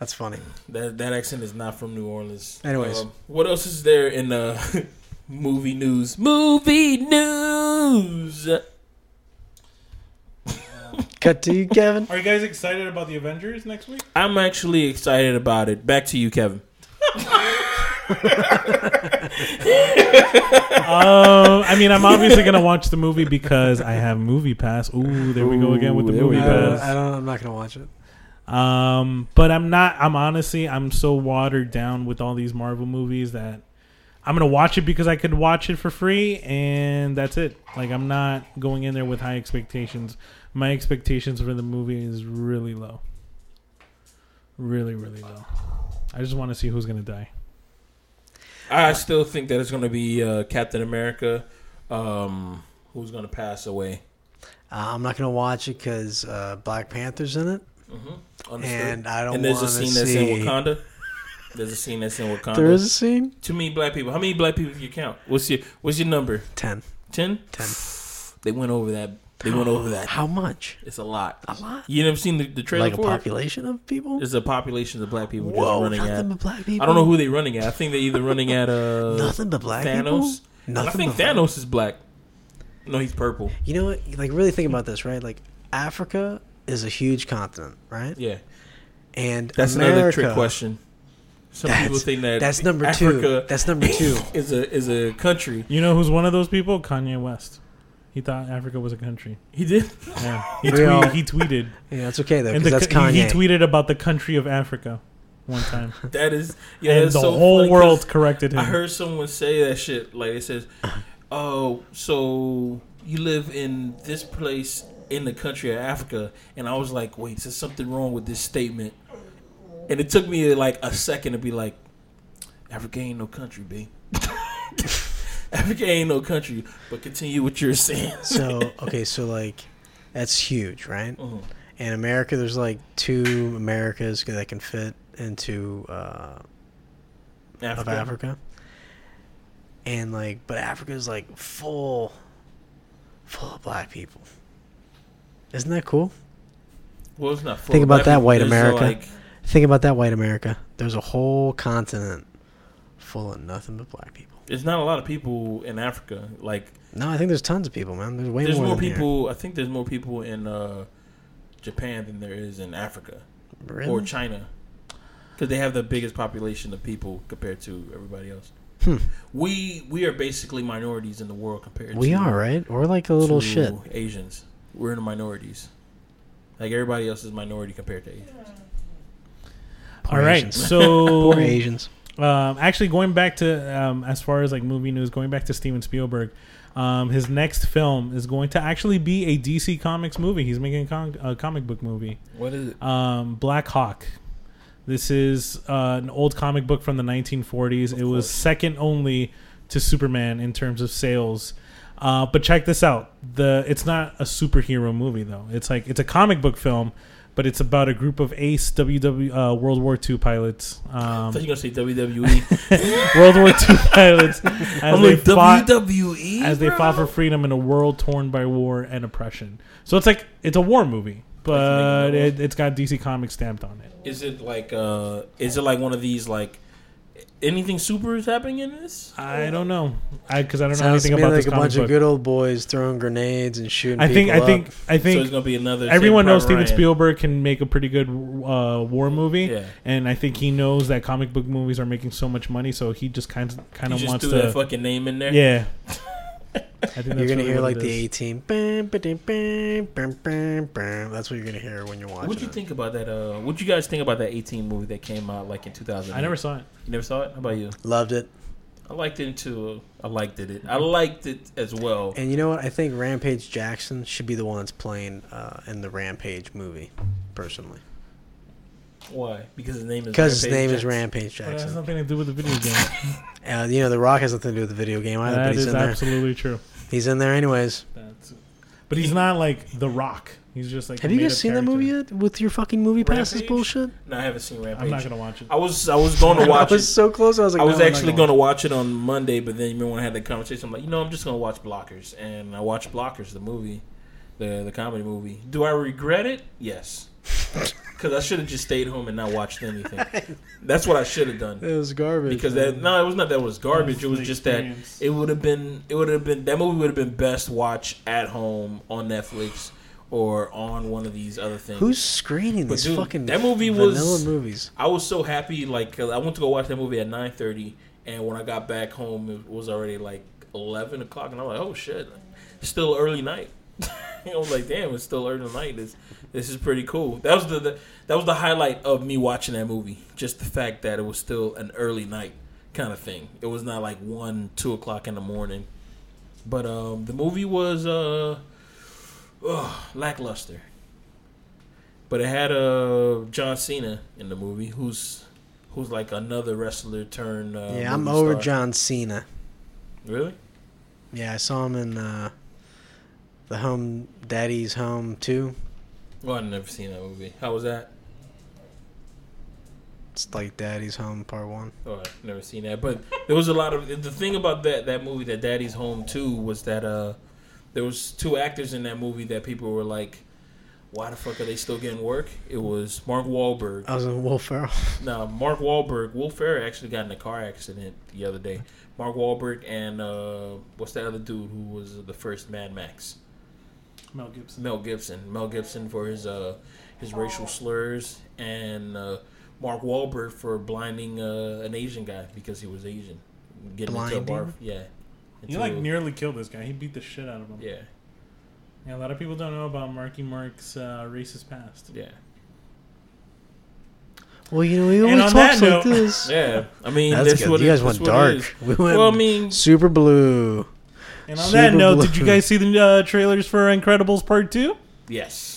Speaker 2: That's funny.
Speaker 1: That that accent is not from New Orleans.
Speaker 2: Anyways.
Speaker 1: Um, what else is there in the movie news? Movie news.
Speaker 2: Cut to you, Kevin.
Speaker 3: Are you guys excited about the Avengers next week?
Speaker 1: I'm actually excited about it. Back to you, Kevin.
Speaker 3: Um, I mean, I'm obviously gonna watch the movie because I have Movie Pass. Ooh, there we go again with the
Speaker 1: Ooh, there we
Speaker 3: Movie
Speaker 2: I don't,
Speaker 3: Pass.
Speaker 2: I don't, I'm not gonna watch it.
Speaker 3: Um, but I'm not. I'm honestly, I'm so watered down with all these Marvel movies that I'm gonna watch it because I could watch it for free, and that's it. Like I'm not going in there with high expectations. My expectations for the movie is really low, really, really low. I just want to see who's gonna die.
Speaker 1: I still think that it's going to be uh, Captain America, um, who's going to pass away.
Speaker 2: Uh, I'm not gonna watch it because uh, Black Panther's in it,
Speaker 1: Understood?
Speaker 2: and I don't
Speaker 1: And there's
Speaker 2: want to
Speaker 1: a scene
Speaker 2: see.
Speaker 1: that's in Wakanda. There's a scene that's in Wakanda.
Speaker 2: There is a scene.
Speaker 1: Too many black people. How many black people do you count? What's your What's your number?
Speaker 2: Ten.
Speaker 1: Ten.
Speaker 2: Ten.
Speaker 1: They went over that. They went over that.
Speaker 2: How much?
Speaker 1: It's a lot.
Speaker 2: A lot.
Speaker 1: You never seen the, the trailer
Speaker 2: Like a
Speaker 1: for it?
Speaker 2: population of people.
Speaker 1: There's a population of black people just
Speaker 2: Whoa!
Speaker 1: running
Speaker 2: Nothing
Speaker 1: at.
Speaker 2: but black people.
Speaker 1: I don't know who they're running at. I think they're either running at uh,
Speaker 2: Nothing but black
Speaker 1: Thanos.
Speaker 2: people.
Speaker 1: And I
Speaker 2: Nothing
Speaker 1: think
Speaker 2: but-
Speaker 1: Thanos is black. No, he's purple.
Speaker 2: You know what? Like, really think about this, right? Like, Africa is a huge continent, right?
Speaker 1: Yeah,
Speaker 2: And
Speaker 1: that's
Speaker 2: America,
Speaker 1: another trick question. Some people
Speaker 2: That's,
Speaker 1: think that
Speaker 2: that's number two.
Speaker 1: Africa
Speaker 2: That's number two.
Speaker 1: is a is a country.
Speaker 3: You know who's one of those people? Kanye West. He thought Africa was a country.
Speaker 1: He did.
Speaker 3: Yeah, he,
Speaker 2: We all-
Speaker 3: tweeted, he tweeted.
Speaker 2: Yeah, it's okay though,
Speaker 3: And
Speaker 2: because
Speaker 3: the,
Speaker 2: that's
Speaker 3: co-
Speaker 2: Kanye.
Speaker 3: he, he tweeted about the country of Africa one time,
Speaker 1: That is yeah.
Speaker 3: and the
Speaker 1: that's so
Speaker 3: whole
Speaker 1: funny 'cause
Speaker 3: world corrected him.
Speaker 1: I heard someone say that shit. Like it says, "Oh, so you live in this place in the country of Africa," and I was like, "Wait, there's something wrong with this statement." And it took me like a second to be like, "Africa ain't no country, b." Africa ain't no country, but continue what you're saying.
Speaker 2: so okay, so like, that's huge, right?
Speaker 1: Mhm.
Speaker 2: In America, there's like two Americas that can fit into uh, of Africa, and like, but Africa is like full, full of black people. Isn't that cool?
Speaker 1: Well, it's not. full
Speaker 2: Think
Speaker 1: of
Speaker 2: about
Speaker 1: black
Speaker 2: that,
Speaker 1: people.
Speaker 2: white
Speaker 1: There's,
Speaker 2: America.
Speaker 1: like-
Speaker 2: Think about that, white America. There's a whole continent full of nothing but black people.
Speaker 1: there's not a lot of people in Africa. Like
Speaker 2: No, I think there's tons of people, man. There's way
Speaker 1: there's
Speaker 2: more,
Speaker 1: more
Speaker 2: than here.
Speaker 1: people. I think there's more people in uh, Japan than there is in Africa
Speaker 2: Really?
Speaker 1: or China, because they have the biggest population of people compared to everybody else.
Speaker 2: Hmm.
Speaker 1: We we are basically minorities in the world compared.
Speaker 2: We
Speaker 1: to,
Speaker 2: are right. We're like a little
Speaker 1: to
Speaker 2: shit.
Speaker 1: Asians. We're in the minorities. Like everybody else is minority compared to Asians.
Speaker 2: Poor
Speaker 3: All right,
Speaker 2: Asians.
Speaker 3: so
Speaker 2: Poor Asians.
Speaker 3: um, actually going back to um, as far as like movie news, going back to Steven Spielberg, um, his next film is going to actually be a DC Comics movie. He's making a, con- a comic book movie,
Speaker 1: What is it?
Speaker 3: um, Black Hawk. This is uh, an old comic book from the 1940s. it was
Speaker 1: course.
Speaker 3: second only to Superman in terms of sales. Uh, but check this out: the it's not a superhero movie though. It's like it's a comic book film, but it's about a group of ace WW uh, World War II pilots.
Speaker 1: I
Speaker 3: Um,
Speaker 1: thought you were gonna say E. WWE.
Speaker 3: World War II pilots as
Speaker 1: I'm
Speaker 3: they
Speaker 1: like
Speaker 3: fought
Speaker 1: WWE.
Speaker 3: as they
Speaker 1: E, bro?
Speaker 3: fought for freedom in a world torn by war and oppression. So it's like it's a war movie, but
Speaker 1: Definitely a war.
Speaker 3: it, it's got DC Comics stamped on it.
Speaker 1: Is it like uh? Is it like one of these like? Anything super is happening in this?
Speaker 3: I don't know, I because I don't know
Speaker 2: Sounds to
Speaker 3: anything
Speaker 2: me
Speaker 3: about
Speaker 2: like
Speaker 3: this
Speaker 2: a bunch
Speaker 3: comic book.
Speaker 2: of good old boys throwing grenades and shooting.
Speaker 3: I think
Speaker 2: people
Speaker 3: I think
Speaker 2: up.
Speaker 3: I
Speaker 1: so
Speaker 3: think
Speaker 1: it's gonna be another.
Speaker 3: everyone
Speaker 1: Saving
Speaker 3: knows
Speaker 1: Private
Speaker 3: Steven Spielberg can make a pretty good uh, war movie,
Speaker 1: Yeah.
Speaker 3: and I think he knows that comic book movies are making so much money, so he just kind of
Speaker 1: Ryan.
Speaker 3: kind of
Speaker 1: You just
Speaker 3: wants
Speaker 1: threw
Speaker 3: to
Speaker 1: that fucking name in there.
Speaker 3: yeah. I think
Speaker 2: you're
Speaker 3: that's
Speaker 2: gonna
Speaker 3: really
Speaker 2: hear
Speaker 3: what
Speaker 2: like
Speaker 3: it
Speaker 2: the
Speaker 3: is.
Speaker 2: A team. Bam, ba-ding, bam, bam, bam, bam. That's what you're gonna hear when you're watching.
Speaker 1: What'd you
Speaker 2: it.
Speaker 1: think about that? Uh, what'd you guys think about that 18 movie that came out like in 2000?
Speaker 3: I never saw it.
Speaker 1: You never saw it. How about you?
Speaker 2: Loved it.
Speaker 1: I liked it too. I liked it. I liked it as well.
Speaker 2: And you know what? I think Rampage Jackson should be the one that's playing uh, in the Rampage movie, personally,
Speaker 1: Why? Because his name is
Speaker 2: because his
Speaker 1: Rampage
Speaker 2: name is
Speaker 1: Jackson.
Speaker 2: Rampage
Speaker 3: But it has
Speaker 2: Jackson.
Speaker 3: nothing to do with the video game.
Speaker 2: Uh, you know, The Rock has nothing to do with the video game either, but
Speaker 3: That
Speaker 2: he's
Speaker 3: is
Speaker 2: in there.
Speaker 3: absolutely true.
Speaker 2: He's in there anyways.
Speaker 3: That's, but he's not like The Rock. He's just like.
Speaker 2: Have you
Speaker 3: made
Speaker 2: guys
Speaker 3: up
Speaker 2: seen that movie
Speaker 3: character.
Speaker 2: yet? With your fucking movie passes
Speaker 1: Rampage?
Speaker 2: bullshit.
Speaker 1: No, I haven't seen Rampage.
Speaker 3: I'm not gonna watch it.
Speaker 1: I was I was going to watch
Speaker 2: I was
Speaker 1: it.
Speaker 2: so close. I was like, "Oh
Speaker 1: I was
Speaker 2: no, I'm not
Speaker 1: actually
Speaker 2: gonna
Speaker 1: going to watch it on Monday, but then remember when I had that conversation, I'm like, you know, I'm just going to watch Blockers, and I watched Blockers, the movie, the the comedy movie. Do I regret it? Yes, because I should have just stayed home and not watched anything. That's what I should have done.
Speaker 2: watch It was garbage.
Speaker 1: Because
Speaker 2: man.
Speaker 1: that no, it was not that it was garbage. It was
Speaker 3: the
Speaker 1: just that
Speaker 3: experience.
Speaker 1: it would have been it would have been that movie would have been best watch at home on Netflix or on one of these other things.
Speaker 2: Who's screening
Speaker 1: But
Speaker 2: these
Speaker 1: dude,
Speaker 2: fucking
Speaker 1: that movie
Speaker 2: vanilla
Speaker 1: was-
Speaker 2: movies?
Speaker 1: I was so happy. Like 'cause I went to go watch that movie at nine thirty, and when I got back home, it was already like eleven o'clock, and I'm like, oh shit, still early night. I was like, damn, it's still early night. This this is pretty cool. That was the, the that was the highlight of me watching that movie. Just the fact that it was still an early night kind of thing. It was not like one, two o'clock in the morning. But um, the movie was uh, ugh, lackluster. But it had uh, John Cena in the movie, who's who's like another wrestler turned. Uh,
Speaker 2: yeah, I'm
Speaker 1: movie
Speaker 2: over
Speaker 1: star.
Speaker 2: John Cena.
Speaker 1: Really?
Speaker 2: Yeah, I saw him in uh, the Home Daddy's Home too.
Speaker 1: Well, I've Oh, never seen that movie. How was that?
Speaker 2: It's like Daddy's Home Part One.
Speaker 1: Oh, I've never seen that. But there was a lot of the thing about that that movie that Daddy's Home Too was that uh there was two actors in that movie that people were like, why the fuck are they still getting work? It was Mark Wahlberg.
Speaker 2: I was in Will Ferrell.
Speaker 1: No, Mark Wahlberg. Will Ferrell actually got in a car accident the other day. Mark Wahlberg and uh, what's that other dude who was the first Mad Max?
Speaker 3: Mel Gibson.
Speaker 1: Mel Gibson. Mel Gibson for his uh, his racial slurs, and uh, Mark Wahlberg for blinding uh, an Asian guy because he was Asian. Getting into a barf.
Speaker 2: Blinding?
Speaker 1: Yeah.
Speaker 3: He
Speaker 1: Into-
Speaker 3: like nearly killed this guy. He beat the shit out of him.
Speaker 1: Yeah,
Speaker 3: Yeah, a lot of people don't know about Marky Mark's uh, racist past.
Speaker 1: yeah,
Speaker 2: Well, you know, he
Speaker 3: And
Speaker 2: always
Speaker 3: on
Speaker 2: talks
Speaker 3: that
Speaker 2: like
Speaker 3: note-
Speaker 2: this.
Speaker 1: yeah. I mean,
Speaker 2: That's
Speaker 1: that's,
Speaker 2: good.
Speaker 1: what
Speaker 2: you
Speaker 1: it-
Speaker 2: guys
Speaker 1: that's
Speaker 2: went
Speaker 1: what it
Speaker 2: dark.
Speaker 1: is.
Speaker 2: We went
Speaker 1: Well, I mean,
Speaker 2: super blue.
Speaker 3: And on
Speaker 2: Super
Speaker 3: that note,
Speaker 2: blue.
Speaker 3: did you guys see the uh, trailers for Incredibles Part Two?
Speaker 1: yes.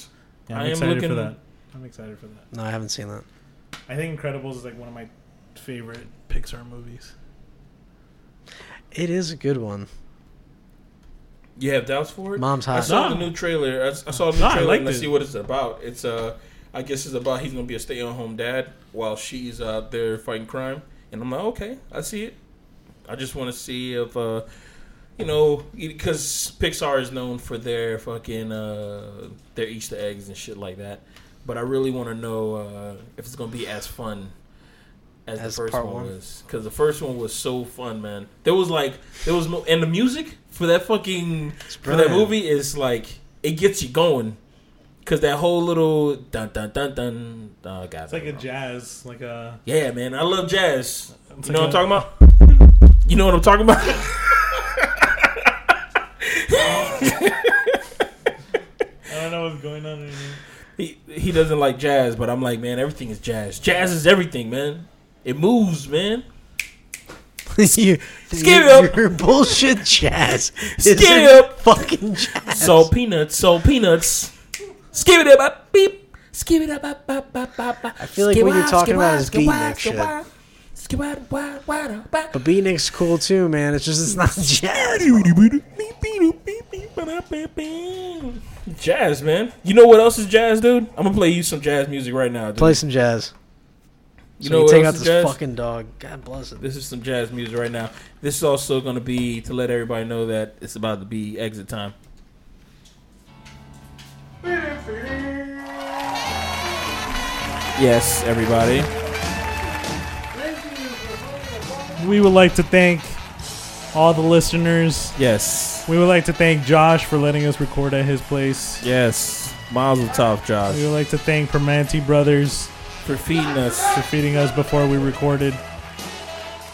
Speaker 3: Yeah,
Speaker 1: I
Speaker 3: I'm
Speaker 1: am
Speaker 3: excited for
Speaker 1: looking-
Speaker 3: that. I'm excited for that.
Speaker 2: No, I haven't seen that.
Speaker 3: I think Incredibles is like one of my favorite Pixar movies.
Speaker 2: It is a good one.
Speaker 1: You have doubts for it?
Speaker 2: Mom's
Speaker 1: I
Speaker 2: hot.
Speaker 1: saw
Speaker 3: No.
Speaker 1: the new trailer. I, I saw the new
Speaker 3: No, I
Speaker 1: trailer.
Speaker 3: liked
Speaker 1: and Let's
Speaker 3: it.
Speaker 1: see what it's about. It's uh, I guess it's about he's gonna be a stay-at-home dad while she's out there fighting crime. And I'm like, okay, I see it. I just want to see if uh, you know, because Pixar is known for their fucking uh, their Easter eggs and shit like that. But I really want to know uh, if it's gonna be as fun. As,
Speaker 2: As
Speaker 1: the first
Speaker 2: part
Speaker 1: one,
Speaker 2: one.
Speaker 1: was, because the first one was so fun, man. There was like, there was no, and the music for that fucking for that
Speaker 2: brilliant.
Speaker 1: movie is like it gets you going because that whole little dun dun dun dun. Oh, God,
Speaker 3: It's like a jazz, like a
Speaker 1: yeah, man. I love jazz.
Speaker 3: It's
Speaker 1: you know
Speaker 3: like
Speaker 1: what I'm talking about? You know what I'm talking about?
Speaker 3: I don't know what's going on. In here.
Speaker 1: he he doesn't like jazz, but I'm like, man, everything is jazz. Jazz is everything, man. It moves, man.
Speaker 2: you,
Speaker 1: Skip.
Speaker 2: Your bullshit jazz.
Speaker 1: Skip.
Speaker 2: It's fucking jazz.
Speaker 1: So peanuts, so peanuts. Skip it up, beep. Skip it up, up, up, up, up. I
Speaker 2: feel like what you're talking about is beatnik shit.
Speaker 1: Skip out, wide, wide, up, up.
Speaker 2: But beatnik's cool too, man. It's just it's not jazz.
Speaker 1: Jazz, man. You know what else is jazz, dude? I'm gonna play you some jazz music right now, dude.
Speaker 2: Play some jazz.
Speaker 1: you
Speaker 2: So
Speaker 1: know
Speaker 2: you
Speaker 1: what
Speaker 2: take
Speaker 1: else
Speaker 2: out
Speaker 1: is
Speaker 2: this
Speaker 1: jazz?
Speaker 2: fucking dog. God bless it.
Speaker 1: This is some jazz music right now. This is also gonna be to let everybody know that it's about to be exit time. Yes, everybody.
Speaker 3: We would like to thank all the listeners.
Speaker 1: Yes,
Speaker 3: We would like to thank Josh for letting us record at his place.
Speaker 1: yes. Mazel tov,
Speaker 3: We
Speaker 1: Josh,
Speaker 3: would like to thank Permanente Brothers
Speaker 1: for feeding us.
Speaker 3: for feeding us before we recorded.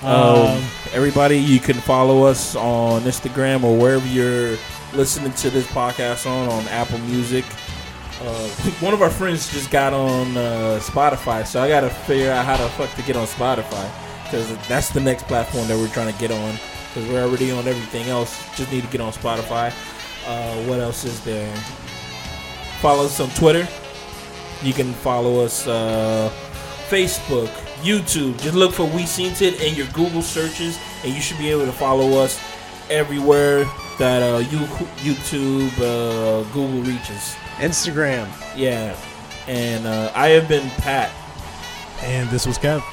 Speaker 1: Um,
Speaker 3: Um,
Speaker 1: everybody, you can follow us on Instagram or wherever you're listening to this podcast on, on Apple Music. Uh, one of our friends just got on uh, Spotify, so I got to figure out how the fuck to get on Spotify because that's the next platform that we're trying to get on because we're already on everything else. Just need to get on Spotify. Uh, what else is there? Follow us on Twitter. You can follow us uh, Facebook, YouTube. Just look for We Seen It in your Google searches, and you should be able to follow us everywhere. that uh, you, YouTube, uh, Google reaches.
Speaker 2: Instagram.
Speaker 1: Yeah, and uh, I have been Pat.
Speaker 3: And this was Kev.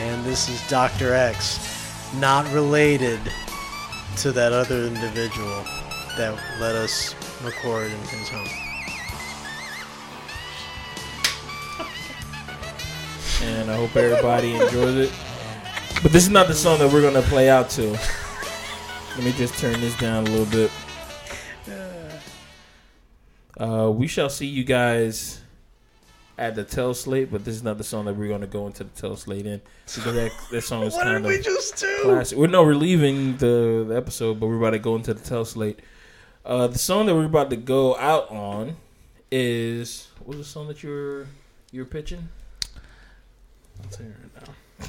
Speaker 2: And this is Dr. X, not related to that other individual that let us record in his home.
Speaker 1: and I hope everybody enjoys it. But this is not the song that we're gonna play out to. Let me just turn this down a little bit. Uh, we shall see you guys at the tell slate, but this is not the song that we're gonna go into the tell slate in because that, that song is
Speaker 2: What did
Speaker 1: kind
Speaker 2: we
Speaker 1: of
Speaker 2: just do?
Speaker 1: classic. We're no, we're leaving the, the episode, but we're about to go into the tell slate. Uh, the song that we're about to go out on is what was the song that you were you were pitching?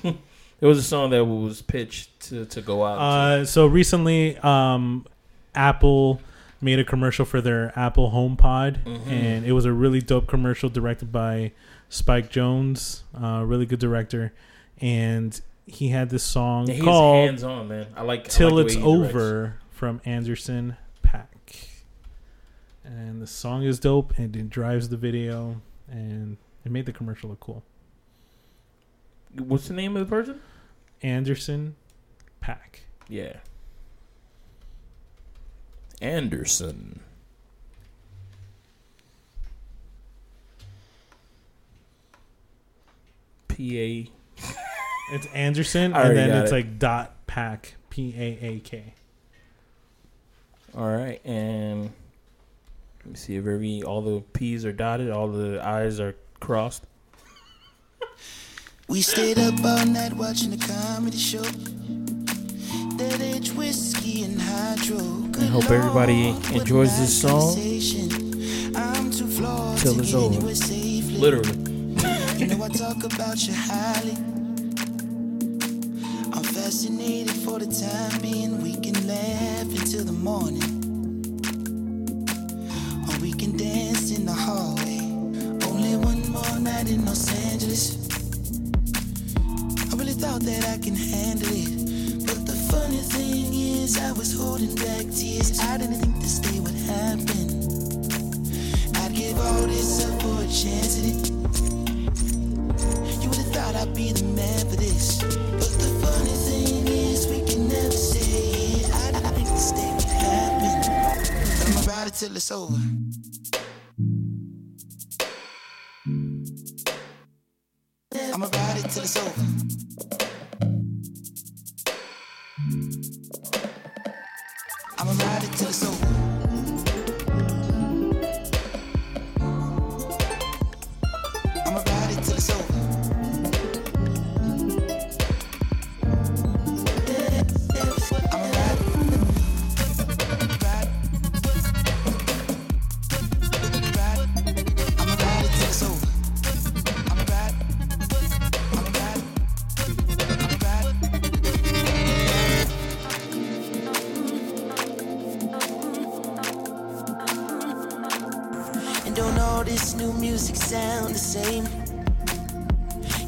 Speaker 1: It was a song that was pitched to, to go out.
Speaker 3: Uh, so recently, um, Apple made a commercial for their Apple Home Pod,
Speaker 1: Mhm.
Speaker 3: and it was a really dope commercial directed by Spike Jones, uh, really good director, and he had this song
Speaker 1: he's
Speaker 3: called
Speaker 1: hands on, man. I like I
Speaker 3: "Till
Speaker 1: like the
Speaker 3: It's
Speaker 1: way he directs.
Speaker 3: Over" from Anderson Pack, and the song is dope, and it drives the video, and it made the commercial look cool.
Speaker 1: What's the name of the person?
Speaker 3: Anderson Pack.
Speaker 1: Yeah, Anderson. P
Speaker 3: It's Anderson,
Speaker 1: I
Speaker 3: and
Speaker 1: already
Speaker 3: then
Speaker 1: got
Speaker 3: it's
Speaker 1: it.
Speaker 3: like dot pack p a a k.
Speaker 1: A. All right, and let me see if every all the p's are dotted, all the i's are crossed.
Speaker 5: We stayed up all night watching a comedy show. That age whiskey and hydro. I
Speaker 1: hope everybody enjoys this song.
Speaker 5: I'm too flawed
Speaker 1: Till
Speaker 5: to
Speaker 1: it's
Speaker 5: get
Speaker 1: over.
Speaker 5: anywhere safely.
Speaker 1: Literally,
Speaker 5: You know I talk about you highly. I'm fascinated for the time being. We can laugh until the morning. Or we can dance in the hallway. Only one more night in Los Angeles. I really thought that I can handle it. But the funny thing is, I was holding back tears. I didn't think this day would happen. I'd give all this up for a chance at it. You would've thought I'd be the man for this. But the funny thing is, we can never say it. I I think this day would happen. I'm about it till it's over. I'm about it till it's over. I'm about it till it's over. I'm about it till it's over. I'm about it. About it. I'm about it till it's over. I'm about it. I'm about it. I'm about it. And don't all this new music sound the same?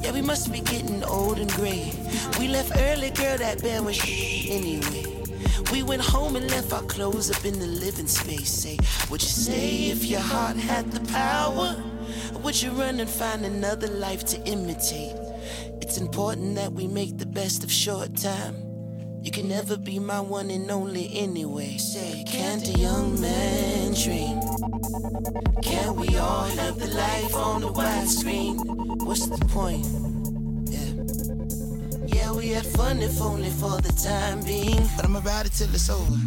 Speaker 5: Yeah, we must be getting old and gray. We left early, girl, that band was shh anyway. We went home and left our clothes up in the living space. Say, would you say if your heart had the power? Or would you run and find another life to imitate? It's important that we make the best of short time. You can never be my one and only anyway. Say, can't a young man dream? Can we all have the life on the widescreen? What's the point? Yeah. Yeah, we had fun if only for the time being. But I'm about it till it's over.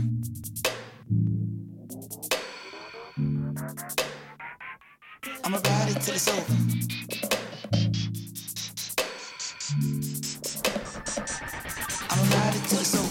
Speaker 5: I'm about it till it's over. I'm about it till it's over.